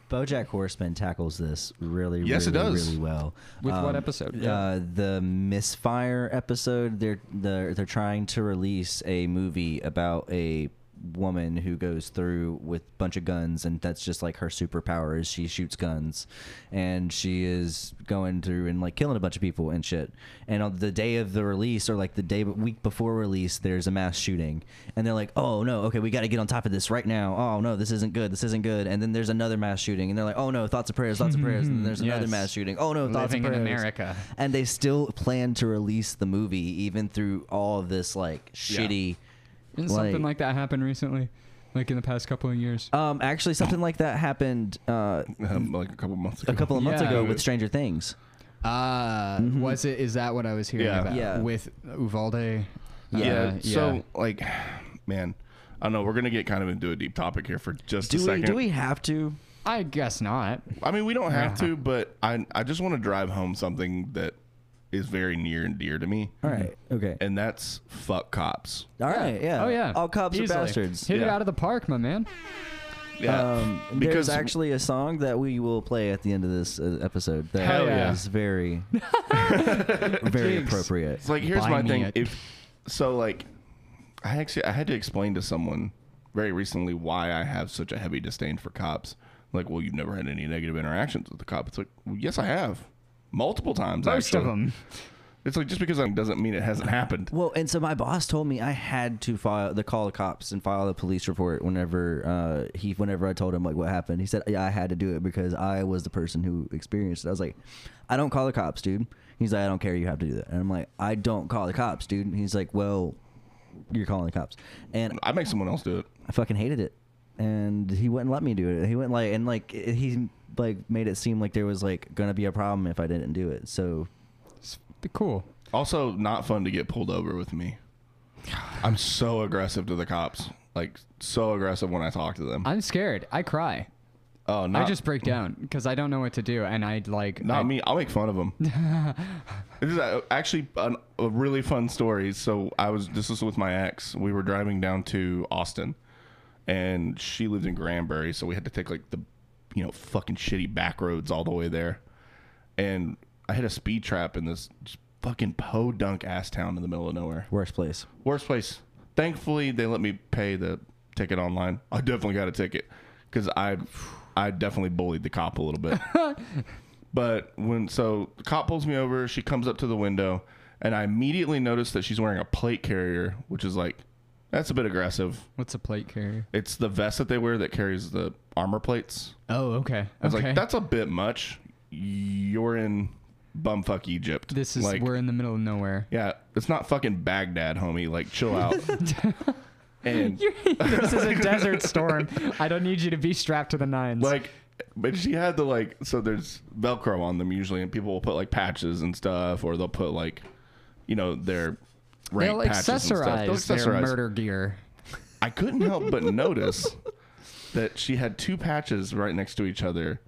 S1: BoJack Horseman tackles this really,
S3: Yes, it
S1: really,
S3: does.
S1: really well.
S2: With what episode?
S1: Uh, the Misfire episode. They're they're they're trying to release a movie about a woman who goes through with a bunch of guns and that's just like her superpower is she shoots guns and she is going through and like killing a bunch of people and shit and on the day of the release or like the day week before release there's a mass shooting and they're like oh no okay we got to get on top of this right now oh no this isn't good this isn't good and then there's another mass shooting and they're like oh no thoughts of prayers thoughts of prayers and then there's another
S2: Yes.
S1: mass shooting oh no thoughts
S2: Living
S1: of
S2: in
S1: prayers
S2: America.
S1: and they still plan to release the movie even through all of this like shitty
S2: didn't something like that happen recently, like in the past couple of years?"
S1: um actually something like that happened uh
S3: Um, like a couple months ago.
S1: a couple of months
S2: Yeah.
S1: ago with Stranger Things.
S2: Uh, was it? Is that what I was hearing
S3: Yeah.
S2: about
S1: Yeah.
S2: with Uvalde?
S3: Yeah.
S2: Uh,
S3: So like, man, I don't know. We're gonna get kind of into a deep topic here for just a
S1: Do we
S3: second.
S1: do we have to?
S2: I guess not.
S3: I mean, we don't have to, but I I just want to drive home something that is very near and dear to me,
S1: All right. Okay.
S3: and that's fuck cops.
S1: All right. Yeah.
S2: Oh yeah.
S1: All cops
S2: Easily.
S1: are bastards.
S2: Hit it
S3: Yeah.
S2: out of the park, my man.
S3: Yeah.
S1: Um,
S3: because
S1: there's actually a song that we will play at the end of this uh, episode that is
S3: Hell yeah.
S1: very, very
S2: Jinx.
S1: appropriate.
S3: it's like here's
S2: buy
S3: my
S2: me
S3: thing.
S2: a-
S3: If so, like, I actually I had to explain to someone very recently why I have such a heavy disdain for cops. Like, well, you've never had any negative interactions with the cop. It's like, well, yes, I have, multiple times.
S2: Most
S3: actually.
S2: of them.
S3: It's like just because I doesn't mean it hasn't happened.
S1: Well, and so my boss told me I had to file the call the cops and file a police report whenever uh, he whenever I told him like what happened. He said yeah, I had to do it because I was the person who experienced it. I was like, I don't call the cops, dude. He's like, I don't care. You have to do that. And I'm like, I don't call the cops, dude. And he's like, Well, you're calling the cops, and
S3: I make someone else do it.
S1: I fucking hated it. And he wouldn't let me do it. He went like and like he like made it seem like there was like gonna be a problem if I didn't do it. So
S2: It's be cool.
S3: Also, not fun to get pulled over with me. I'm so aggressive to the cops. Like so aggressive when I talk to them.
S2: I'm scared. I cry.
S3: oh, not
S2: I just break down because I don't know what to do, and I'd like.
S3: not
S2: I-
S3: me. I'll make fun of them. this is uh, actually an, a really fun story. So I was this was with my ex. We were driving down to Austin, and she lived in Granbury, so we had to take like the you know fucking shitty back roads all the way there. And I hit a speed trap in this just fucking podunk ass town in the middle of nowhere.
S1: worst place.
S3: Worst place. Thankfully, they let me pay the ticket online. I definitely got a ticket because I, I definitely bullied the cop a little bit. but when so the cop pulls me over, she comes up to the window, and I immediately notice that she's wearing a plate carrier, which is like, that's a bit aggressive.
S2: What's a plate carrier?
S3: It's the vest that they wear that carries the armor plates.
S2: Oh, okay.
S3: I was
S2: okay.
S3: like, that's a bit much. You're in bumfuck Egypt.
S2: this is
S3: like,
S2: we're in the middle of nowhere.
S3: yeah, it's not fucking Baghdad, homie. Like, chill out. and
S2: this is a desert storm. I don't need you to be strapped to the nines.
S3: like, but she had the like, so there's Velcro on them usually, and people will put like patches and stuff, or they'll put like, you know, their rank
S2: They'll
S3: patches and stuff.
S2: accessorize,
S3: They'll
S2: their
S3: accessorize.
S2: murder gear.
S3: I couldn't help but notice that she had two patches right next to each other.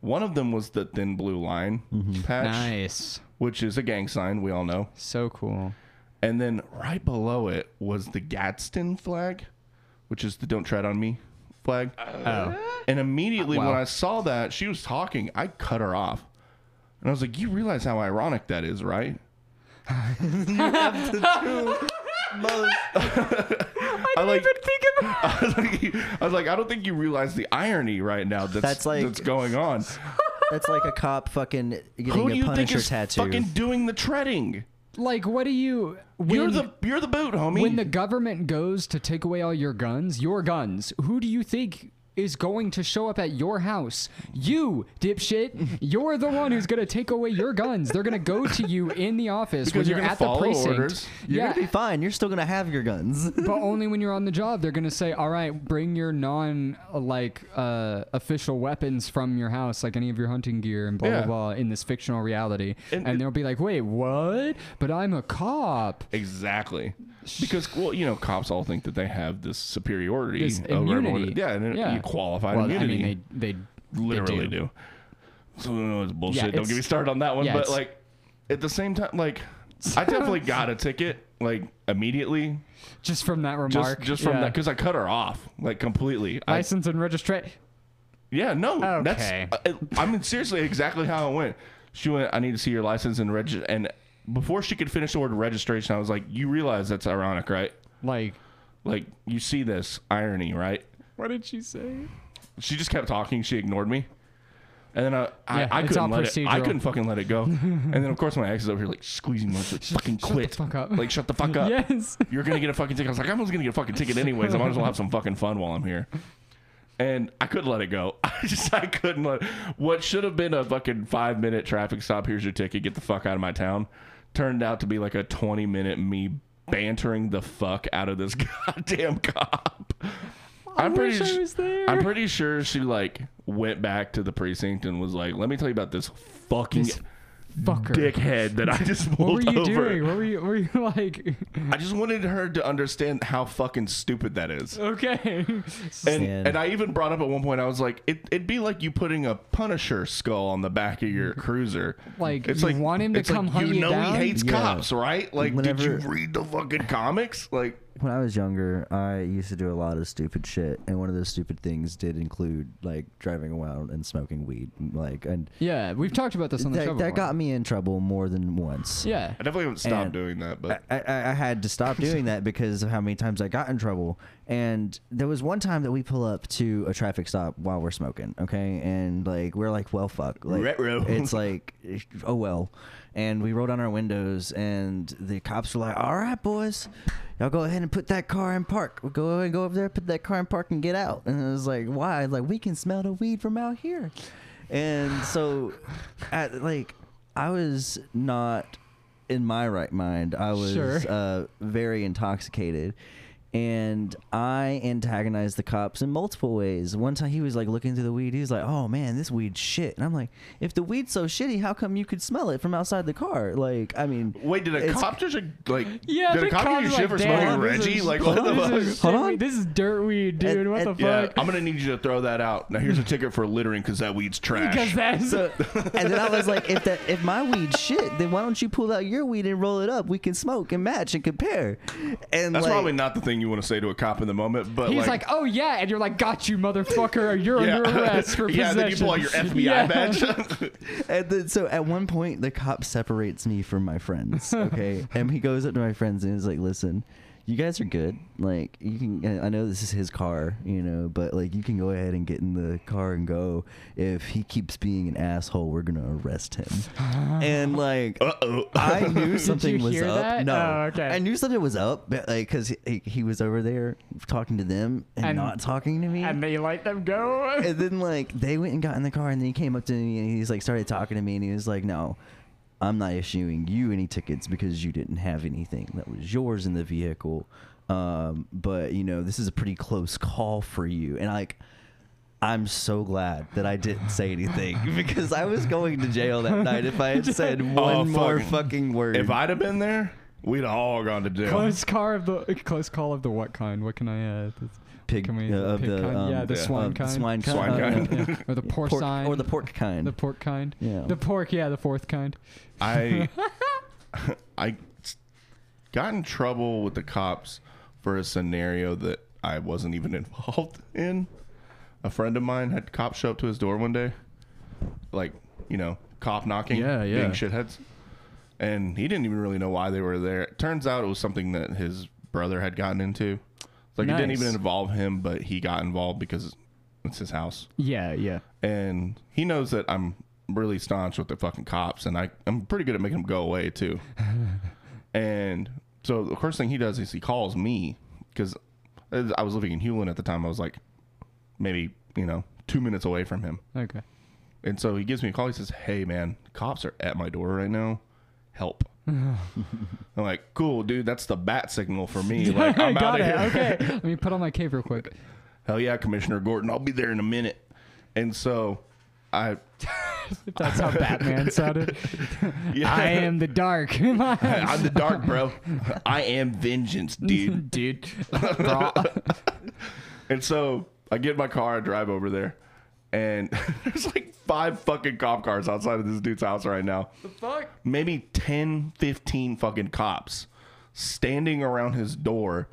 S3: One of them was the thin blue line patch,
S2: Mm-hmm. Nice.
S3: which is a gang sign, we all know.
S2: So cool.
S3: And then right below it was the Gadsden flag, which is the don't tread on me flag.
S2: Oh.
S3: And immediately
S2: Wow.
S3: when I saw that, she was talking, I cut her off. And I was like, You realize how ironic that is, right? I, like, I was like, I was like, I don't think you realize the irony right now that's
S1: That's
S3: that's,
S1: like-
S3: going on.
S1: That's like a cop fucking
S3: Who do
S1: getting a
S3: you think
S1: Punisher
S3: is
S1: tattoo.
S3: fucking doing the treading?
S2: Like, what do you. When,
S3: You're the you're the boot, homie.
S2: when the government goes to take away all your guns, your guns, who do you think is going to show up at your house? You, dipshit. You're the one who's going to take away your guns. They're going to go to you in the office when
S3: Because you're
S2: you're,
S3: gonna
S2: at the
S3: follow
S2: precinct.
S3: orders.
S1: You're
S2: yeah.
S1: gonna be fine. You're still gonna have your guns.
S2: but only when you're on the job they're gonna say all right bring your non uh, like uh, official weapons from your house like any of your hunting gear and blah
S3: Yeah.
S2: blah blah in this fictional reality
S3: And-
S2: and, they'll be like wait what but i'm a cop
S3: Exactly. Because well, you know, cops all think that they have this superiority
S2: This
S3: over everyone.
S2: immunity.
S3: Yeah, and
S2: Yeah.
S3: you qualified
S2: well
S3: immunity.
S2: i mean they they
S3: literally
S2: they
S3: do. So no, it's bullshit.
S2: Yeah,
S3: Don't get
S2: it's-
S3: me started on that one.
S2: yeah,
S3: but
S2: it's-
S3: like, at the same time, like, I definitely got a ticket like immediately
S2: just from that
S3: just
S2: remark
S3: just from
S2: yeah.
S3: that because I cut her off like completely. I,
S2: license and registration
S3: yeah, no,
S2: Okay.
S3: that's. I, I mean, seriously, exactly how it went. She went. I need to see your license and reg. And before she could finish the word registration, I was like, you realize that's ironic, right?
S2: like
S3: Like, you see this irony, right?
S2: what did she say
S3: she just kept talking. She ignored me, and then I I,
S2: Yeah,
S3: I
S2: it's
S3: couldn't
S2: all
S3: let it. I
S2: procedural.
S3: couldn't fucking let it go. and then of course my ex is over here like squeezing my like, fucking
S2: shut the
S3: quit,
S2: fuck up."
S3: like shut the fuck up.
S2: yes
S3: You're gonna get a fucking ticket. I was like, I'm just gonna get a fucking ticket anyways. I might as well have some fucking fun while I'm here. And I couldn't let it go. I just I couldn't let what should have been a fucking five minute traffic stop. Here's your ticket. Get the fuck out of my town. Turned out to be like a 20 minute me bantering the fuck out of this goddamn cop.
S2: i wish
S3: su-
S2: i was there
S3: I'm pretty sure she like went back to the precinct and was like, "Let me tell you about this fucking
S2: This fucker
S3: dickhead that I just
S2: what were
S3: pulled
S2: you
S3: over."
S2: doing what were you were you like
S3: I just wanted her to understand how fucking stupid that is.
S2: okay
S3: And
S1: Man.
S3: and I even brought up at one point, I was like, it, "It'd be like you putting a Punisher skull on the back of your cruiser."
S2: Like, you want him to
S3: it's like,
S2: come hunt you
S3: know
S2: down?
S3: he hates
S1: Yeah.
S3: cops, right? Like,
S1: Whenever-
S3: did you read the fucking comics? Like,
S1: when I was younger, I used to do a lot of stupid shit, and one of those stupid things did include like driving around and smoking weed, like and
S2: Yeah, we've talked about this on the show.
S1: that, that
S2: before.
S1: got me in trouble more than once.
S2: Yeah.
S3: I definitely haven't stopped
S1: And-
S3: doing that, but
S1: I, I, I had to stop doing that because of how many times I got in trouble. And there was one time that we pull up to a traffic stop while we're smoking, okay? And like we're like, well, fuck, like
S3: Retro.
S1: it's like, oh well. And we rolled down our windows, and the cops were like, all right, boys, y'all go ahead and put that car in park. We'll go and go over there, put that car in park, and get out. And I was like, why? Like we can smell the weed from out here. And so, at, like, I was not in my right mind. I was
S2: Sure.
S1: uh, very intoxicated. And I antagonized the cops in multiple ways. One time he was like looking through the weed. He was like, oh man, this weed's shit. And I'm like, if the weed's so shitty, how come you could smell it from outside the car? Like, I mean,
S3: wait, did a
S1: it's-
S3: cop just like
S2: Yeah,
S3: did a
S2: the
S3: cop give
S2: cop's
S3: you shit
S2: like,
S3: for smoking
S2: "Damn, this
S3: Reggie?
S2: is-
S3: Like, what the fuck?
S2: This is,
S1: Hold
S2: shit
S1: on.
S2: weed- this is dirt weed, dude.
S1: And-
S2: what
S1: and-
S2: the
S3: Yeah,
S2: fuck?
S3: I'm gonna need you to throw that out. Now here's a ticket for littering because that weed's trash.
S2: Because that's
S1: So, and then I was like, if that if my weed's shit, then why don't you pull out your weed and roll it up? We can smoke and match and compare. And
S3: That's
S1: like,
S3: probably not the thing you want to say to a cop in the moment, but
S2: he's like,
S3: like,
S2: oh yeah, and you're like, got you, motherfucker. You're under arrest for
S3: yeah.
S2: possession.
S3: Then you pull out your FBI
S2: Yeah.
S3: badge.
S1: And then, so at one point, the cop separates me from my friends. Okay, and he goes up to my friends and he's like, "Listen, you guys are good. Like you can. I know this is his car, you know, but like you can go ahead and get in the car and go. If he keeps being an asshole, we're gonna arrest him. and like,
S3: Uh oh.
S1: I knew something was
S2: hear
S1: up.
S2: that?
S1: No,
S2: Oh, okay.
S1: I knew something was up, but like, cause he, he was over there talking to them and,
S2: And-
S1: not talking to me.
S2: and they let them go.
S1: and then like they went and got in the car, and then he came up to me and he's like started talking to me, and he was like, "No, I'm not issuing you any tickets because you didn't have anything that was yours in the vehicle. Um, but you know, this is a pretty close call for you." And like. I'm so glad that I didn't say anything because I was going to jail that night if I had said one
S3: Oh,
S1: more
S3: fucking-
S1: fucking word.
S3: If I'd have been there, we'd have all gone to jail.
S2: Close car of the close call of the what kind? What can I? Uh, th-
S1: Pig-
S2: can we,
S1: uh, of
S2: pig
S1: the,
S2: kind?
S1: um,
S2: yeah, the
S3: yeah,
S2: swan
S1: of the
S2: kind,
S1: swine kind.
S3: Swine
S1: Uh,
S3: kind.
S1: yeah.
S2: Yeah, or the
S1: Pork-
S2: porcine,
S1: or the pork kind.
S2: the pork kind,
S1: Yeah.
S2: the pork, yeah, the fourth kind.
S3: I I got in trouble with the cops for a scenario that I wasn't even involved in. A friend of mine had cops show up to his door one day, like you know, cop knocking,
S2: Yeah, yeah.
S3: being shitheads, and he didn't even really know why they were there. It turns out it was something that his brother had gotten into. Like it didn't
S2: Nice.
S3: even involve him, but he got involved because it's his house
S2: Yeah, yeah.
S3: and he knows that I'm really staunch with the fucking cops, and I I'm pretty good at making them go away too. and so the first thing he does is he calls me because I was living in Hewlin at the time. I was like maybe you know two minutes away from him,
S2: Okay.
S3: and so he gives me a call. He says, "Hey man, cops are at my door right now. Help." I'm like, cool, dude. That's the bat signal for me. Like, I'm out
S2: Got
S3: of
S2: it.
S3: here.
S2: Okay. Let me put on my cape real quick.
S3: Hell yeah, Commissioner Gordon. I'll be there in a minute. And so, I
S2: If that's how Batman sounded.
S3: yeah.
S2: I am the dark. My-
S3: I'm the dark, bro. I am vengeance, dude.
S2: Dude.
S3: And so I get in my car, I drive over there, and there's like five fucking cop cars outside of this dude's house right now. The fuck? Maybe 10, 15 fucking cops standing around his door.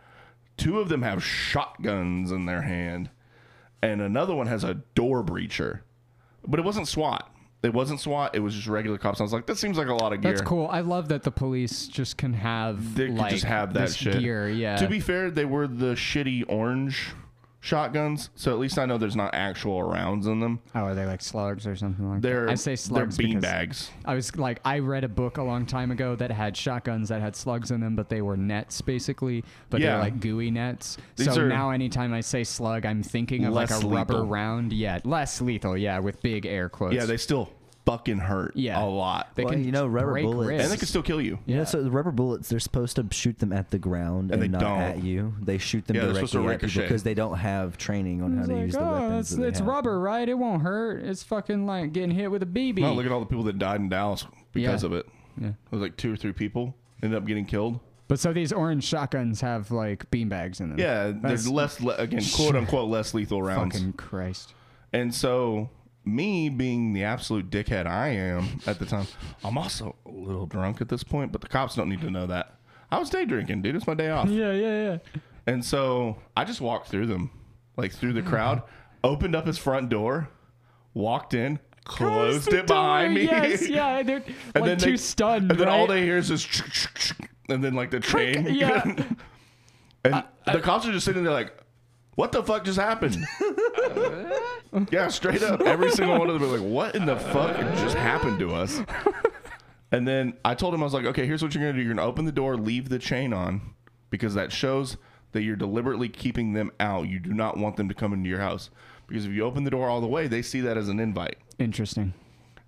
S3: Two of them have shotguns in their hand, and another one has a door breacher. But it wasn't SWAT. It wasn't SWAT. It was just regular cops. I was like, that seems like a lot of gear.
S2: That's cool. I love that the police just can have
S3: They could
S2: like
S3: just have that
S2: this
S3: shit.
S2: gear. Yeah.
S3: To be fair, they were the shitty orange shotguns, so at least I know there's not actual rounds in them.
S2: oh, are they like slugs or something like
S3: They're
S2: that? I say slugs
S3: They're
S2: because
S3: beanbags.
S2: I was like, I read a book a long time ago that had shotguns that had slugs in them, but they were nets basically, but
S3: Yeah.
S2: they're like gooey nets.
S3: These
S2: so
S3: are
S2: now anytime I say slug, I'm thinking of like a
S3: less
S2: rubber
S3: lethal.
S2: round. Yeah, less lethal. Yeah, with big air quotes.
S3: Yeah, they still fucking hurt.
S2: Yeah.
S3: a lot,
S2: They
S1: Well,
S2: can
S1: you know, rubber
S2: break
S1: bullets-
S2: wrists.
S3: and they can still kill you.
S1: Yeah. so the rubber bullets, they're supposed to shoot them at the ground and,
S3: And they
S1: not
S3: don't.
S1: at you. They shoot them
S3: Yeah, they're supposed to
S1: directly at people
S3: ricochet.
S1: because they don't have training on how
S2: It's
S1: to
S2: like,
S1: use the
S2: "Oh,
S1: weapons.
S2: It's,
S1: that they
S2: it's
S1: have."
S2: rubber, right? It won't hurt. It's fucking like getting hit with a BB.
S3: Oh, look at all the people that died in Dallas because
S2: Yeah.
S3: of it.
S2: Yeah.
S3: It was like two or three people ended up getting killed.
S2: But so these orange shotguns have like beanbags in them.
S3: Yeah,
S2: That's
S3: there's less le- again, quote unquote, less lethal rounds.
S2: Fucking Christ.
S3: And so, me being the absolute dickhead I am at the time, I'm also a little drunk at this point, but the cops don't need to know that. I was day drinking, dude. It's my day off.
S2: Yeah, yeah, yeah.
S3: And so, I just walked through them, like through the crowd, opened up his front door, walked in, closed
S2: the
S3: it behind
S2: door,
S3: me.
S2: Yes, yeah. They're like
S3: then
S2: too
S3: they-
S2: stunned.
S3: And then all
S2: right?
S3: they hear is this, ch- ch- ch- and then like the chain.
S2: yeah.
S3: and the cops are just sitting there like, what the fuck just happened? yeah, straight up. Every single one of them was like, what in the fuck just happened to us? And then I told him, I was like, okay, here's what you're going to do. You're going to open the door, leave the chain on, because that shows that you're deliberately keeping them out. You do not want them to come into your house. Because if you open the door all the way, they see that as an invite.
S2: Interesting.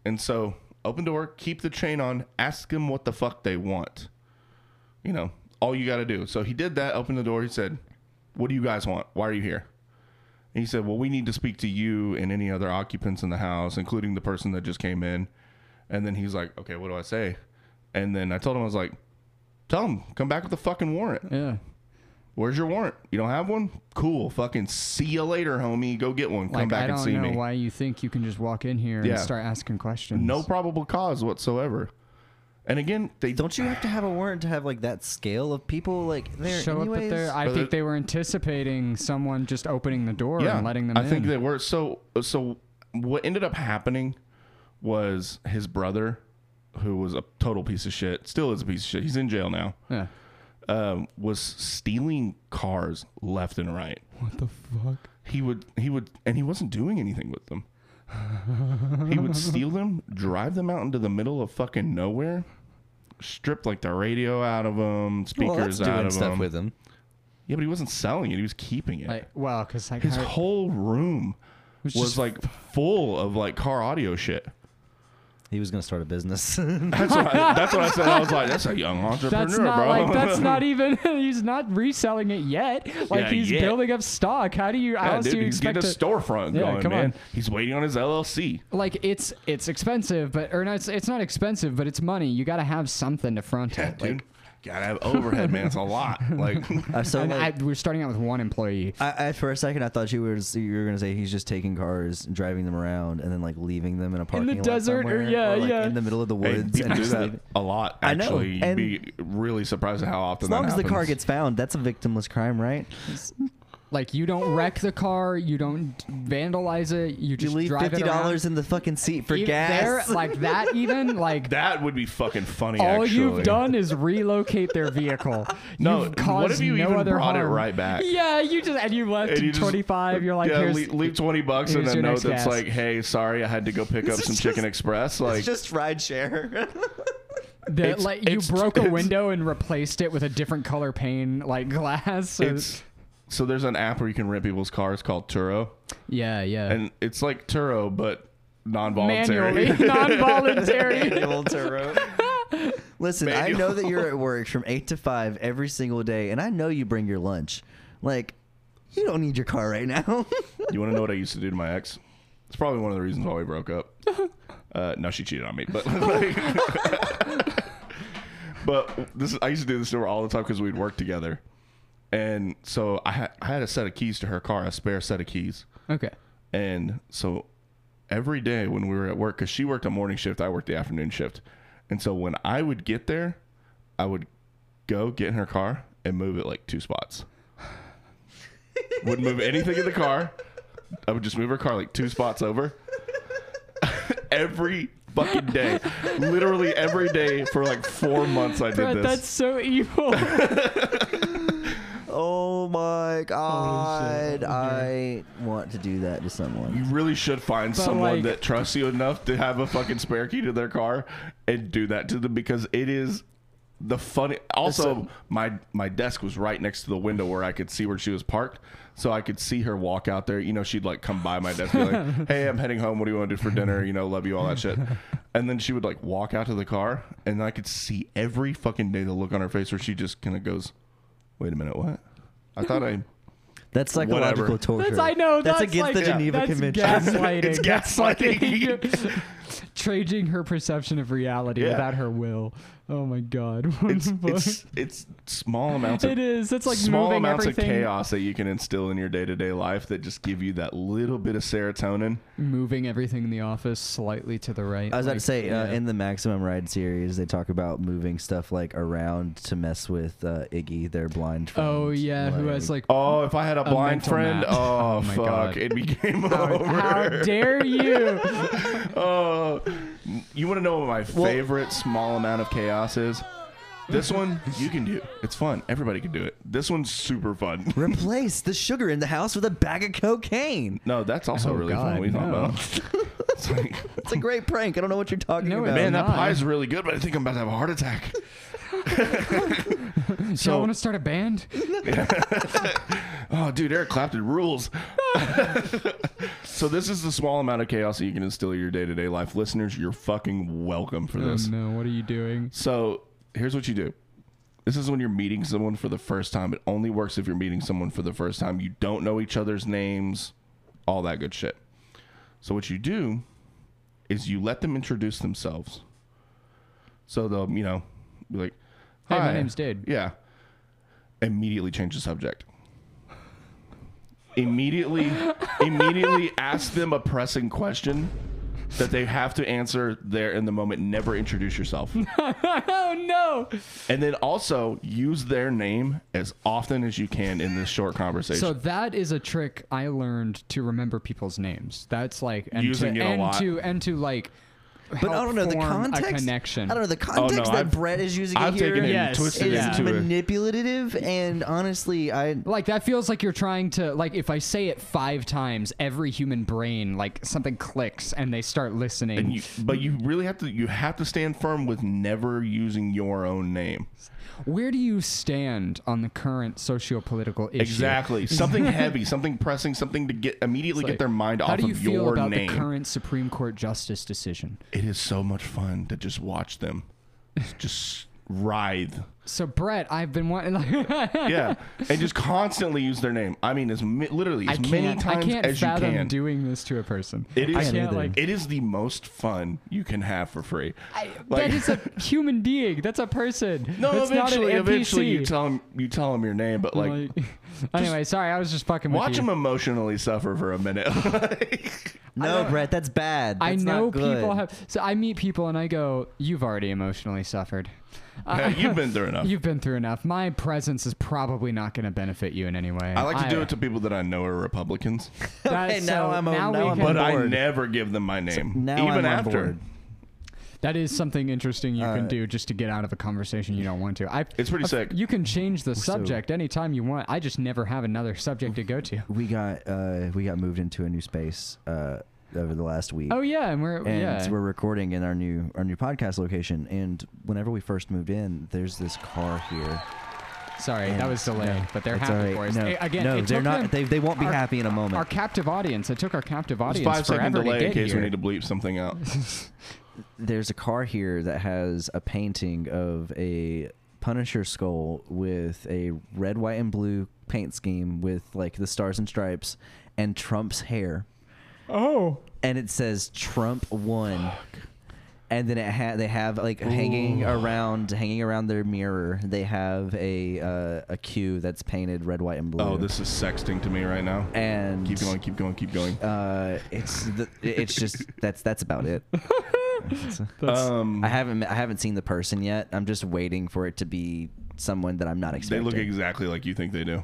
S3: And so, open door, keep the chain on, ask them what the fuck they want. You know, all you got to do. So he did that, opened the door. He said, What do you guys want? Why are you here? And he said, Well, we need to speak to you and any other occupants in the house, including the person that just came in. And then he's like, Okay, what do I say? And then I told him, I was like, Tell him, come back with a fucking warrant.
S2: Yeah.
S3: Where's your warrant? You don't have one? Cool. Fucking see you later, homie. Go get one. Come
S2: Like,
S3: back
S2: I don't
S3: and see
S2: know
S3: me.
S2: why you think you can just walk in here
S3: Yeah.
S2: and start asking questions.
S3: No probable cause whatsoever. And again, they
S1: Don't you have to have a warrant to have like that scale of people like there?
S2: Show
S1: anyways?
S2: up at their. I
S3: But
S2: think
S3: the-
S2: they were anticipating someone just opening the door and letting them
S3: I
S2: in.
S3: think they were. So, so what ended up happening was his brother, who was a total piece of shit, still is a piece of shit. He's in jail now.
S2: yeah.
S3: um, was stealing cars left and right.
S2: What the fuck?
S3: He would he would and he wasn't doing anything with them. he would steal them, drive them out into the middle of fucking nowhere, strip like the radio out of them,
S1: Well,
S3: speakers
S1: that's doing
S3: out of
S1: stuff
S3: them.
S1: with them.
S3: yeah, but he wasn't selling it; he was keeping it.
S2: Like, well, because like
S3: His
S2: I-
S3: whole room was,
S2: was just-
S3: like full of like car audio shit.
S1: He was gonna start a business.
S3: That's what I, that's what I said. I was like, that's a young entrepreneur,
S2: that's not
S3: bro.
S2: like that's not even he's not reselling it yet. Like
S3: Yeah,
S2: he's
S3: yet.
S2: building up stock. How do you how
S3: yeah,
S2: else
S3: dude,
S2: do you
S3: he's
S2: expect
S3: getting a
S2: to
S3: storefront
S2: Yeah,
S3: going,
S2: come on.
S3: man. He's waiting on his LLC.
S2: like it's it's expensive, but or no, it's it's not expensive, but it's money. You got to have something to front it.
S3: dude, gotta have overhead, man. It's a lot. Like,
S1: I'm so
S2: And
S1: like-
S2: I, we're starting out with one employee.
S1: I, I for a second I thought you were you were gonna say he's just taking cars, and driving them around, and then like leaving them in a parking lot
S2: desert or-
S1: somewhere,
S2: yeah,
S1: like,
S2: yeah.
S1: in the middle of the
S3: hey,
S1: woods.
S3: people
S1: and
S3: do
S1: just
S3: that
S1: leave-
S3: a lot.
S1: I know,
S3: Actually, you'd
S1: and-
S3: be really surprised at how often.
S1: As long
S3: that
S1: as the car
S3: happens.
S1: gets found, that's a victimless crime, right?
S2: Like you don't wreck the car, you don't vandalize it, you
S1: You
S2: just
S1: leave
S2: drive
S1: fifty
S2: it around.
S1: dollars in the fucking seat for
S2: Even
S1: gas.
S2: there, like that even like
S3: that would be fucking funny.
S2: all
S3: actually.
S2: you've done is relocate their vehicle.
S3: No,
S2: you've
S3: what if you
S2: no
S3: even
S2: other
S3: brought it
S2: harm.
S3: right back?
S2: Yeah, you just and you left
S3: And you just-
S2: twenty five. You're like,
S3: yeah,
S2: here's
S3: le- leave twenty bucks and
S2: here's
S3: a
S2: your
S3: note
S2: next
S3: that's
S2: gas.
S3: like, "Hey, sorry, I had to go pick up
S1: It's
S3: some
S1: just-
S3: Chicken Express." Like,
S1: it's just ride share.
S2: the,
S3: it's-
S2: like you
S3: it's-
S2: broke a
S3: it's-
S2: window and replaced it with a different color pane like glass. So,
S3: it's so there's an app where you can rent people's cars called Turo,
S2: yeah, yeah.
S3: and it's like Turo but non-voluntary.
S2: Manually, non-voluntary.
S1: Manual tarot. Listen, I know that you're at work from eight to five every single day, and I know you bring your lunch. Like, you don't need your car right now.
S3: You want to know what I used to do to my ex? It's probably one of the reasons why we broke up. Uh, no, she cheated on me, but like- but this is, I used to do this to her all the time because we'd work together, and so I, ha- I had a set of keys to her car, a spare set of keys,
S2: okay.
S3: and so every day when we were at work, because she worked a morning shift, I worked the afternoon shift, and so when I would get there, I would go get in her car and move it like two spots. Wouldn't move anything in the car. I would just move her car like two spots over. every fucking day, literally every day for like four months, I did
S2: Brett,
S3: this.
S2: that's so evil.
S1: oh my god, I want to do that to someone.
S3: You really should find someone
S2: like-
S3: that trusts you enough to have a fucking spare key to their car and do that to them because it is the funny. Also, my my desk was right next to the window where I could see where she was parked, so I could see her walk out there. You know, she'd like come by my desk, be like, "Hey, I'm heading home. What do you want to do for dinner? You know, love you, all that shit." And then she would like walk out to the car, and I could see every fucking day the look on her face where she just kind of goes, "Wait a minute, what?" I thought I.
S1: That's psychological
S3: Whatever.
S1: torture.
S2: That's I know. That's,
S1: against
S2: like,
S1: the Geneva
S2: that's
S1: Convention.
S2: Gaslighting.
S3: It's
S2: That's
S3: gaslighting.
S2: fucking- Changing her perception of reality
S3: Yeah.
S2: without her will. Oh my god. What
S3: It's,
S2: the fuck?
S3: it's it's small amounts of
S2: It is. It's like
S3: small
S2: moving
S3: amounts
S2: everything.
S3: of chaos that you can instill in your day to day life that just give you that little bit of serotonin.
S2: Moving everything in the office slightly to the right.
S1: I was about
S2: like,
S1: to say, uh,
S2: yeah.
S1: in the Maximum Ride series, they talk about moving stuff like around to mess with uh, Iggy, their blind friend.
S2: Oh yeah, who has like?
S3: Oh, if I had a, blind
S2: mental
S3: friend,
S2: map.
S3: oh,
S2: Oh my
S3: fuck,
S2: God.
S3: it became
S2: How,
S3: over.
S2: how dare you?
S3: Oh, you want to know what my favorite small amount of chaos is? This one you can do. It's fun. Everybody can do it. This one's super fun.
S1: Replace the sugar in the house with a bag of cocaine.
S3: No, that's also
S2: Oh,
S3: really fun.
S2: God,
S3: We talk
S2: no.
S3: about. It's like,
S1: It's a great prank. I don't know what you're talking
S2: No, it-
S1: about.
S3: man, that
S2: not.
S3: pie's really good, but I think I'm about to have a heart attack.
S2: So, I want to start a band.
S3: Oh, dude, Eric Clapton rules. so this is the small amount of chaos that you can instill in your day to day life, listeners. You're fucking welcome for
S2: Oh
S3: this.
S2: no, what are you doing?
S3: So here's what you do. This is when you're meeting someone for the first time. It only works if you're meeting someone for the first time. You don't know each other's names, all that good shit. So what you do is you let them introduce themselves. So they'll, you know, be like,
S2: Hey,
S3: "Hi,
S2: my name's Dade."
S3: Yeah. Immediately change the subject. Immediately, immediately ask them a pressing question that they have to answer there in the moment. Never introduce yourself.
S2: Oh no!
S3: And then also use their name as often as you can in this short conversation.
S2: So that is a trick I learned to remember people's names. That's like and
S3: Using
S2: to,
S3: it a
S2: and
S3: lot.
S2: to and to like
S1: But I don't know the
S2: form a
S1: context.
S2: connection.
S1: I don't know the context
S3: Oh, no,
S1: that
S3: I've-
S1: Brett is using
S3: I've
S1: it here.
S3: taken it
S2: Yes,
S3: and twisted
S2: yeah.
S1: is
S3: it into a,
S1: manipulative, and honestly, I
S2: Like that feels like you're trying to like if I say it five times, every human brain like something clicks and they start listening.
S3: and you, but you really have to you have to stand firm with never using your own name.
S2: Where do you stand on the current socio-political issue?
S3: Exactly. Something heavy, something pressing, something to get immediately
S2: Like,
S3: get their mind
S2: How
S3: off
S2: do you
S3: of
S2: feel
S3: your
S2: about
S3: name.
S2: the current Supreme Court justice decision?
S3: it is so much fun to just watch them just writhe.
S2: So Brett, I've been wanting.
S3: Yeah, and just constantly use their name. I mean, as mi- literally
S2: I
S3: as many
S2: can't. I
S3: times
S2: can't
S3: as you
S2: fathom
S3: can.
S2: doing this to a person.
S3: It
S2: I
S3: is-
S2: can't,
S1: Neither.
S2: like,
S3: it is the most fun you can have for free.
S2: I-
S3: Like-
S2: that is a human being. That's a person.
S3: no,
S2: That's not an
S3: eventually, eventually
S2: NPC.
S3: you tell them you tell them your name, but like,
S2: Like, anyway, sorry, I was just fucking with
S3: watch
S2: you.
S3: them emotionally suffer for a minute.
S1: no, Brett, that's bad.
S2: I
S1: That's
S2: know
S1: not good.
S2: people have. So I meet people and I go, "You've already emotionally suffered. Uh,
S3: Yeah, You've been through enough.
S2: You've been through enough. My presence is probably not going to benefit you in any way."
S3: I like to do it to people that I know are Republicans,
S2: That,
S1: Okay, now I'm on-
S2: now
S1: now
S2: we
S1: I'm
S2: can-
S3: but I
S1: board.
S3: never give them my name,
S1: now I'm on
S3: even after.
S1: board.
S2: That is something interesting you can
S1: Uh,
S2: do just to get out of a conversation you don't want to. I,
S3: It's pretty
S2: I-
S3: sick.
S2: You can change the subject anytime you want. I just never have another subject to go to.
S1: We got uh, we got moved into a new space uh, over the last week.
S2: Oh yeah, and we're
S1: and
S2: yeah.
S1: we're recording in our new our new podcast location. And whenever we first moved in, there's this car here.
S2: Sorry,
S1: And-
S2: that was delayed,
S1: no,
S2: but they're
S1: it's
S2: happy
S1: alright.
S2: for us.
S1: No,
S2: Eh, Again,
S1: no,
S2: it
S1: they're
S2: took
S1: not.
S2: them-
S1: They, they won't be
S2: our-
S1: happy in a moment.
S2: Our captive audience. It took our captive
S3: It's
S2: audience
S3: five second
S2: forever to
S3: delay in
S2: get
S3: case
S2: here.
S3: we need to bleep something out.
S1: There's a car here that has a painting of a Punisher skull with a red, white, and blue paint scheme with like the stars and stripes and Trump's hair.
S2: oh,
S1: and it says Trump won. And then it ha- they have like hanging around hanging around their mirror. They have a uh, a cue that's painted red, white, and blue.
S3: Oh, this is sexting to me right now.
S1: and
S3: Keep going, keep going, keep going.
S1: Uh, it's the, it's just that's that's about it.
S3: Um,
S1: I haven't I haven't seen the person yet. I'm just waiting for it to be someone that I'm not
S3: they
S1: expecting.
S3: look exactly like you think they do.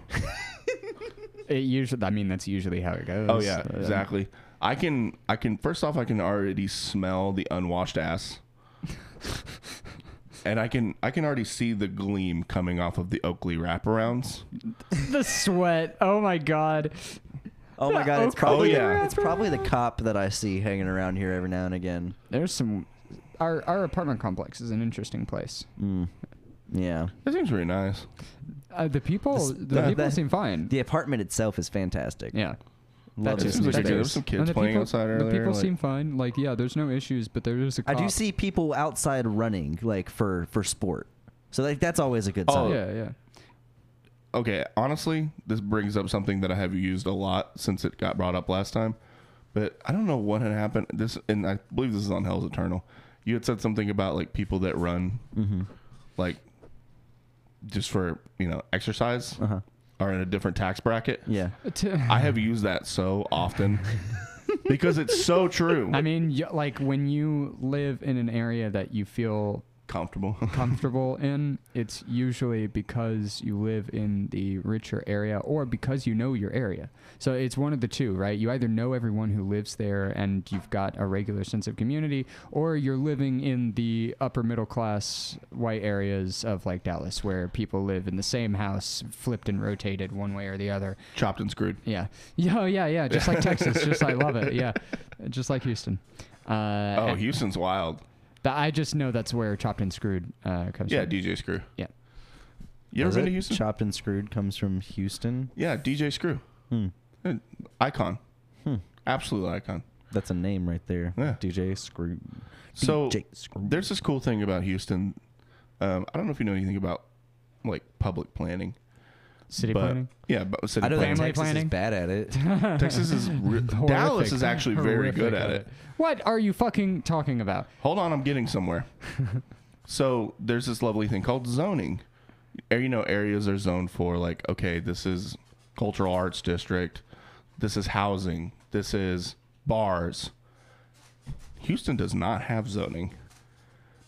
S2: it usually. I mean, that's usually how it goes.
S3: Oh yeah,
S2: Uh,
S3: exactly. I can, I can. First off, I can already smell the unwashed ass, and I can, I can already see the gleam coming off of the Oakley wraparounds.
S2: the sweat. Oh my god.
S1: oh my god, it's
S2: Okay.
S1: probably
S3: Oh, yeah.
S1: it's probably the cop that I see hanging around here every now and again.
S2: There's some. Our our apartment complex is an interesting place.
S1: Mm. Yeah.
S3: That seems pretty nice.
S2: Uh, the people,
S1: This-
S2: the,
S1: the-
S2: people
S1: the-
S2: seem fine.
S1: The apartment itself is fantastic.
S2: yeah.
S1: Love
S2: That
S1: it.
S2: just
S3: seems like a
S2: makes
S3: good- there was some
S2: sense.
S3: kids
S2: And the
S3: playing
S2: people,
S3: outside
S2: The
S3: earlier,
S2: people
S3: like-
S2: seem fine. Like, yeah, there's no issues, but there is a
S1: I
S2: cop.
S1: do see people outside running, like for for sport. So like that's always a
S3: Oh.
S1: good sign.
S2: Yeah, yeah.
S3: Okay, honestly, this brings up something that I have used a lot since it got brought up last time, but I don't know what had happened. This, and I believe this is on Hell's Eternal. You had said something about like people that run,
S1: Mm-hmm.
S3: like just for you know exercise,
S1: Uh-huh.
S3: are in a different tax bracket.
S1: Yeah.
S2: T- I,
S3: I have used that so often because it's so true.
S2: mean, y- like when you live in an area that you feel
S3: comfortable.
S2: comfortable in, it's usually because you live in the richer area or because you know your area. So it's one of the two, right? You either know everyone who lives there and you've got a regular sense of community, or you're living in the upper middle class white areas of like Dallas where people live in the same house, flipped and rotated one way or the other.
S3: Chopped and screwed.
S2: Yeah. Yeah, oh, yeah, yeah. Just like Texas. Just I love it. Yeah. Just like Houston. Uh,
S3: Oh,
S2: and
S3: Houston's wild.
S2: th- I just know that's where chopped and screwed uh, comes
S3: Yeah,
S2: from.
S3: DJ Screw.
S2: Yeah.
S3: You ever
S1: Is
S3: been to
S1: it?
S3: Houston?
S1: Chopped and screwed comes from Houston.
S3: Yeah, DJ Screw.
S1: Hmm.
S3: Uh, Icon.
S1: Hmm.
S3: Absolute icon.
S1: That's a name right there.
S3: Yeah.
S1: DJ Screw.
S3: So
S1: DJ Screw.
S3: there's this cool thing about Houston. Um, I don't know if you know anything about like public planning,
S2: City
S3: but
S2: planning.
S3: yeah, but city
S1: I know that
S3: planning.
S2: Family
S1: Texas
S2: planning?
S1: is bad at it.
S3: Texas is re-
S2: Horrific.
S3: Dallas is actually very
S2: Horrific
S3: good at
S2: of
S3: it.
S2: What are you fucking talking about?
S3: Hold on, I'm getting somewhere. so there's this lovely thing called zoning. Ar- You know, areas are zoned for like, okay, this is cultural arts district, this is housing, this is bars. Houston does not have zoning.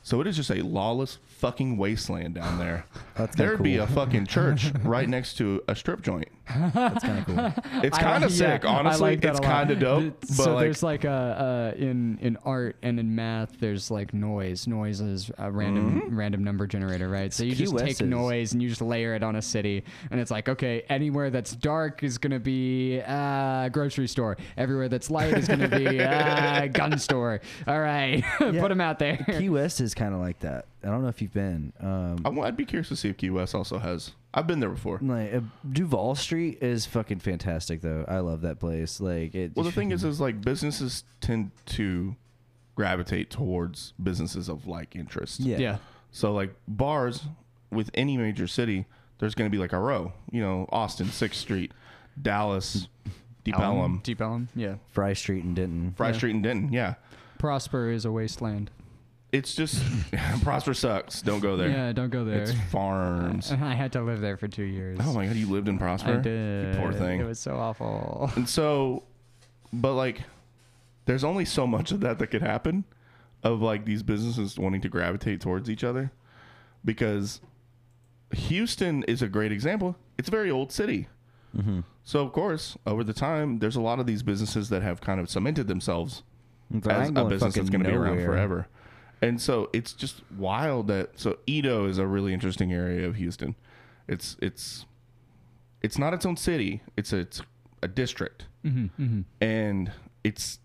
S3: So it is just a lawless fucking wasteland down there.
S4: That's kinda
S3: There'd be
S4: cool.
S3: a fucking church right next to a strip joint.
S4: That's kind of cool.
S3: It's
S2: I
S3: kind of
S2: like-
S3: sick,
S2: yeah, I
S3: honestly.
S2: like that
S3: it's
S2: a lot.
S3: kind of dope,
S2: Th-
S3: but
S2: so
S3: like,
S2: there's like a, uh, in in art and in math, there's like noise. Noise is a random
S3: Mm-hmm.
S2: random number generator, right? So you
S1: Key
S2: just
S1: West
S2: take
S1: is-
S2: noise and you just layer it on a city, and it's like okay, anywhere that's dark is gonna be uh, grocery store. Everywhere that's light is gonna be uh, gun store. All right, Put 'em put them out there.
S4: Key West is kind of like that. I don't know if you've been. Um,
S3: I, would be curious to see if Key West also has. I've been there before.
S1: Like uh, Duval Street is fucking fantastic though. I love that place. Like it.
S3: Well, the thing is, is like businesses tend to gravitate towards businesses of like interest.
S1: yeah.
S2: yeah.
S3: So like bars with any major city, there's going to be like a row. You know, Austin, Sixth Street, Dallas, Deep Ellum,
S2: Deep Ellum. Yeah.
S1: Fry Street in Denton.
S3: Fry Street, and Denton. Yeah,
S2: Prosper is a wasteland.
S3: it's just Prosper sucks. Don't go there.
S2: Yeah, don't go there.
S3: It's farms.
S2: I had to live there for two years.
S3: Oh my god, you lived in Prosper.
S2: I did.
S3: You poor
S2: It
S3: thing.
S2: was so awful.
S3: and so, but like, there's only so much of that that could happen, of like these businesses wanting to gravitate towards each other, because Houston is a great example. It's a very old city.
S1: Mm-hmm.
S3: So of course, over the time, there's a lot of these businesses that have kind of cemented themselves
S1: It's like, I
S3: as
S1: ain't
S3: a
S1: going
S3: business that's
S1: fucking
S3: going to be around
S1: nowhere.
S3: forever. And so it's just wild that so Edo is a really interesting area of Houston. It's it's it's not its own city. It's a, it's a district,
S2: Mm-hmm,
S3: and it's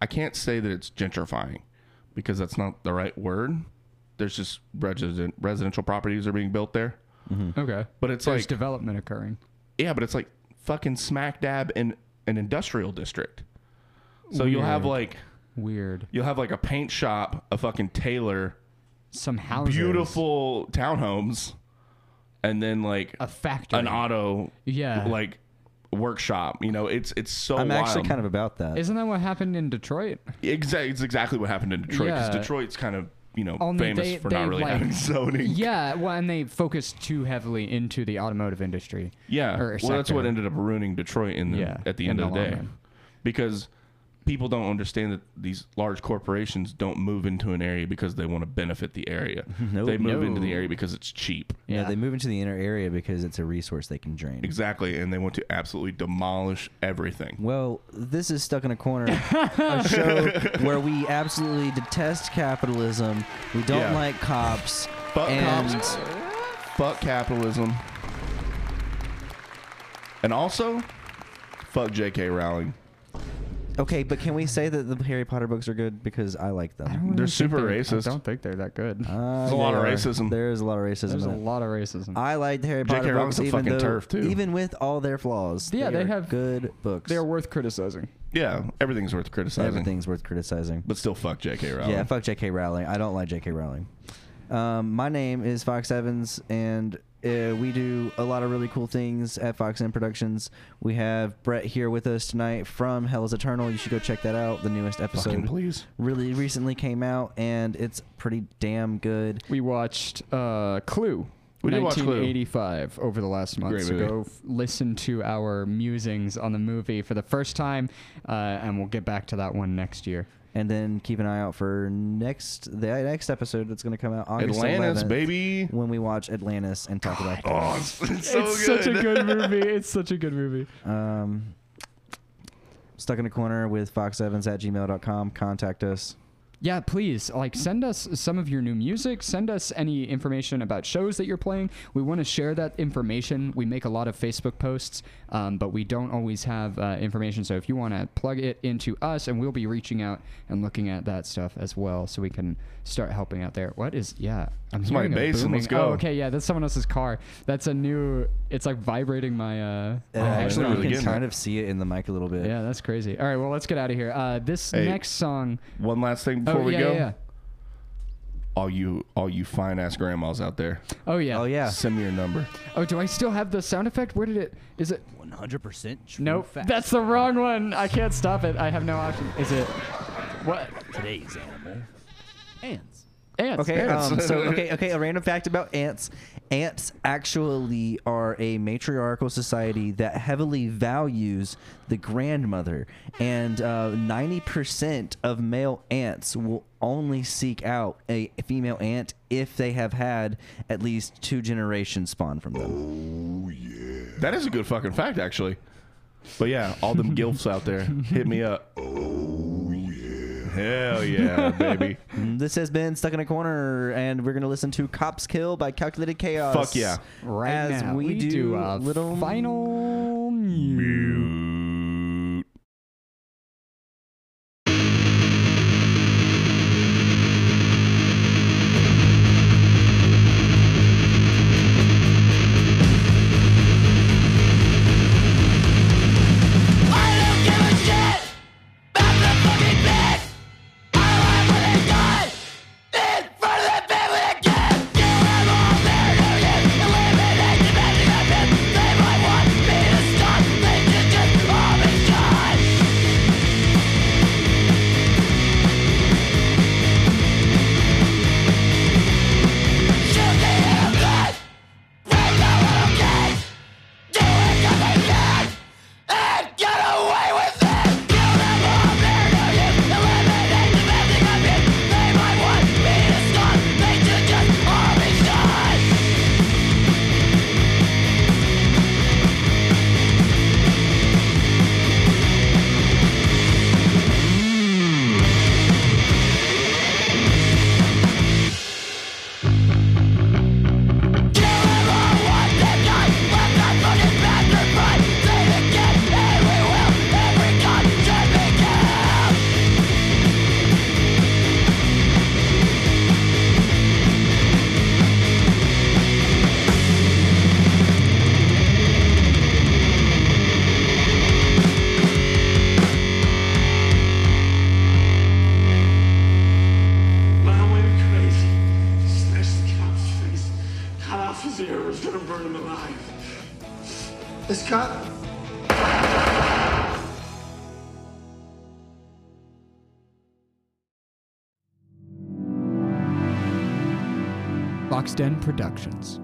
S3: I can't say that it's gentrifying because that's not the right word. There's just resident, residential properties are being built there, Hmm.
S2: Okay.
S3: but it's
S2: There's
S3: like
S2: development occurring.
S3: yeah, but it's like fucking smack dab in an industrial district. So you'll have like
S2: Weird.
S3: You'll have like a paint shop, a fucking tailor,
S2: Some houses.
S3: beautiful townhomes, and then like
S2: A factory.
S3: an auto,
S2: Yeah.
S3: like workshop. You know, it's it's so.
S1: I'm actually
S3: wild.
S1: kind of about that.
S2: Isn't that what happened in Detroit?
S3: Mm. Exactly, it's exactly what happened in Detroit because
S2: Yeah.
S3: Detroit's kind of you know
S2: Only
S3: famous
S2: they-
S3: for not
S2: they,
S3: really
S2: like-
S3: having zoning. Yeah,
S2: Yeah. Well, and they focused too heavily into the automotive industry. or
S3: well, that's
S2: sector.
S3: what ended up ruining Detroit in the,
S2: Yeah,
S3: at the
S2: in
S3: end
S2: the
S3: of the
S2: long
S3: day,
S2: run.
S3: because people don't understand that these large corporations don't move into an area because they want to benefit the area.
S1: Nope.
S3: they move into the
S2: No.
S3: area because it's cheap.
S1: yeah.
S2: Yeah.
S1: they move into the inner area because it's a resource they can drain.
S3: Exactly, and they want to absolutely demolish everything.
S1: Well, this is Stuck in a Corner, a show where we absolutely detest capitalism. We don't
S3: Yeah.
S1: like cops.
S3: Fuck
S1: and
S3: cops. Fuck capitalism. And also, fuck J.K. Rowling.
S1: Okay, but can we say that the Harry Potter books are good? Because I like them.
S2: I don't really
S3: They're
S2: think
S3: super racist.
S2: I don't think they're that good.
S1: Uh,
S3: There's a lot of
S1: there are-
S3: racism.
S1: There is a lot of racism.
S2: There's a
S1: in
S3: uh,
S1: it.
S2: lot of racism.
S1: I liked Harry
S3: J.K.
S1: Potter
S3: Rowling's
S1: books,
S3: a
S1: even
S3: fucking
S1: though,
S3: turf, too.
S1: even with all their flaws.
S2: Yeah, they
S1: are
S2: have-
S1: good books.
S2: they're worth criticizing.
S3: Yeah, everything's worth criticizing.
S1: Everything's worth criticizing.
S3: But still, fuck J.K. Rowling.
S1: Yeah, fuck J.K. Rowling. I don't like J.K. Rowling. Um, my name is Fox Evans, and uh, we do a lot of really cool things at Fox End Productions. We have Brett here with us tonight from Hell is Eternal. You should go check that out. The newest
S3: Fucking
S1: episode
S3: please.
S1: really recently came out, and it's pretty damn good.
S2: We watched uh, Clue.
S3: We did watch Clue.
S2: 1985 over the last month.
S3: Great
S2: so
S3: movie.
S2: go f- listen to our musings on the movie for the first time, uh, and we'll get back to that one next year.
S1: And then keep an eye out for next the next episode that's going to come out August
S3: Atlantis,
S1: 11th,
S3: baby.
S1: when we watch Atlantis and talk about that.
S3: Oh, it's, it's so
S2: it's
S3: good.
S2: such a good movie. It's such a good movie.
S1: Um, stuck in a corner with Fox Evans at gmail.com. Contact us.
S2: Yeah, please, like, send us some of your new music. Send us any information about shows that you're playing. We want to share that information. We make a lot of Facebook posts, um, but we don't always have uh, information. So if you want to plug it into us, and we'll be reaching out and looking at that stuff as well, so we can start helping out there. What is? Yeah, I'm
S3: Somebody
S2: hearing a
S3: bassing, let's
S2: booming-
S3: go.
S2: Oh, okay, yeah, that's someone else's car. That's a new. It's like vibrating my. Uh,
S1: Uh,
S2: my
S3: that's
S1: actually,
S3: really
S1: you
S3: good.
S1: can kind of see it in the mic a little bit.
S2: Yeah, that's crazy. All right, well, let's get out of here. Uh, this
S3: Hey.
S2: next song.
S3: One last thing
S2: Oh
S3: before we
S2: yeah,
S3: go.
S2: yeah, yeah.
S3: All you, all you fine ass grandmas out there,
S2: Oh yeah.
S1: Oh yeah.
S3: send me your number.
S2: Oh, do I still have the sound effect? Where did it? Is it?
S1: One hundred percent.
S2: Nope. That's the wrong one. I can't stop it. I have no option. Is it? What?
S5: Today's animal, ants.
S2: Ants.
S1: Okay. Um,
S3: Ants.
S1: so okay, okay. A random fact about ants: ants actually are a matriarchal society that heavily values the grandmother, and uh, ninety percent of male ants will only seek out a female ant if they have had at least two generations spawn from them.
S3: That is a good fucking fact, actually. But yeah, all them gilfs out there, hit me up. Oh yeah, hell yeah, baby.
S1: Mm, This has been stuck in a corner, and we're gonna listen to "Cops Kill" by Calculated Chaos.
S3: Fuck yeah.
S2: Right
S1: as
S2: now,
S1: we, do,
S2: a
S1: little
S2: final mu-
S5: Mom went crazy. She smashed the cop's face, cut off his ear, was gonna burn him alive. This cop
S2: Boxed Den Productions.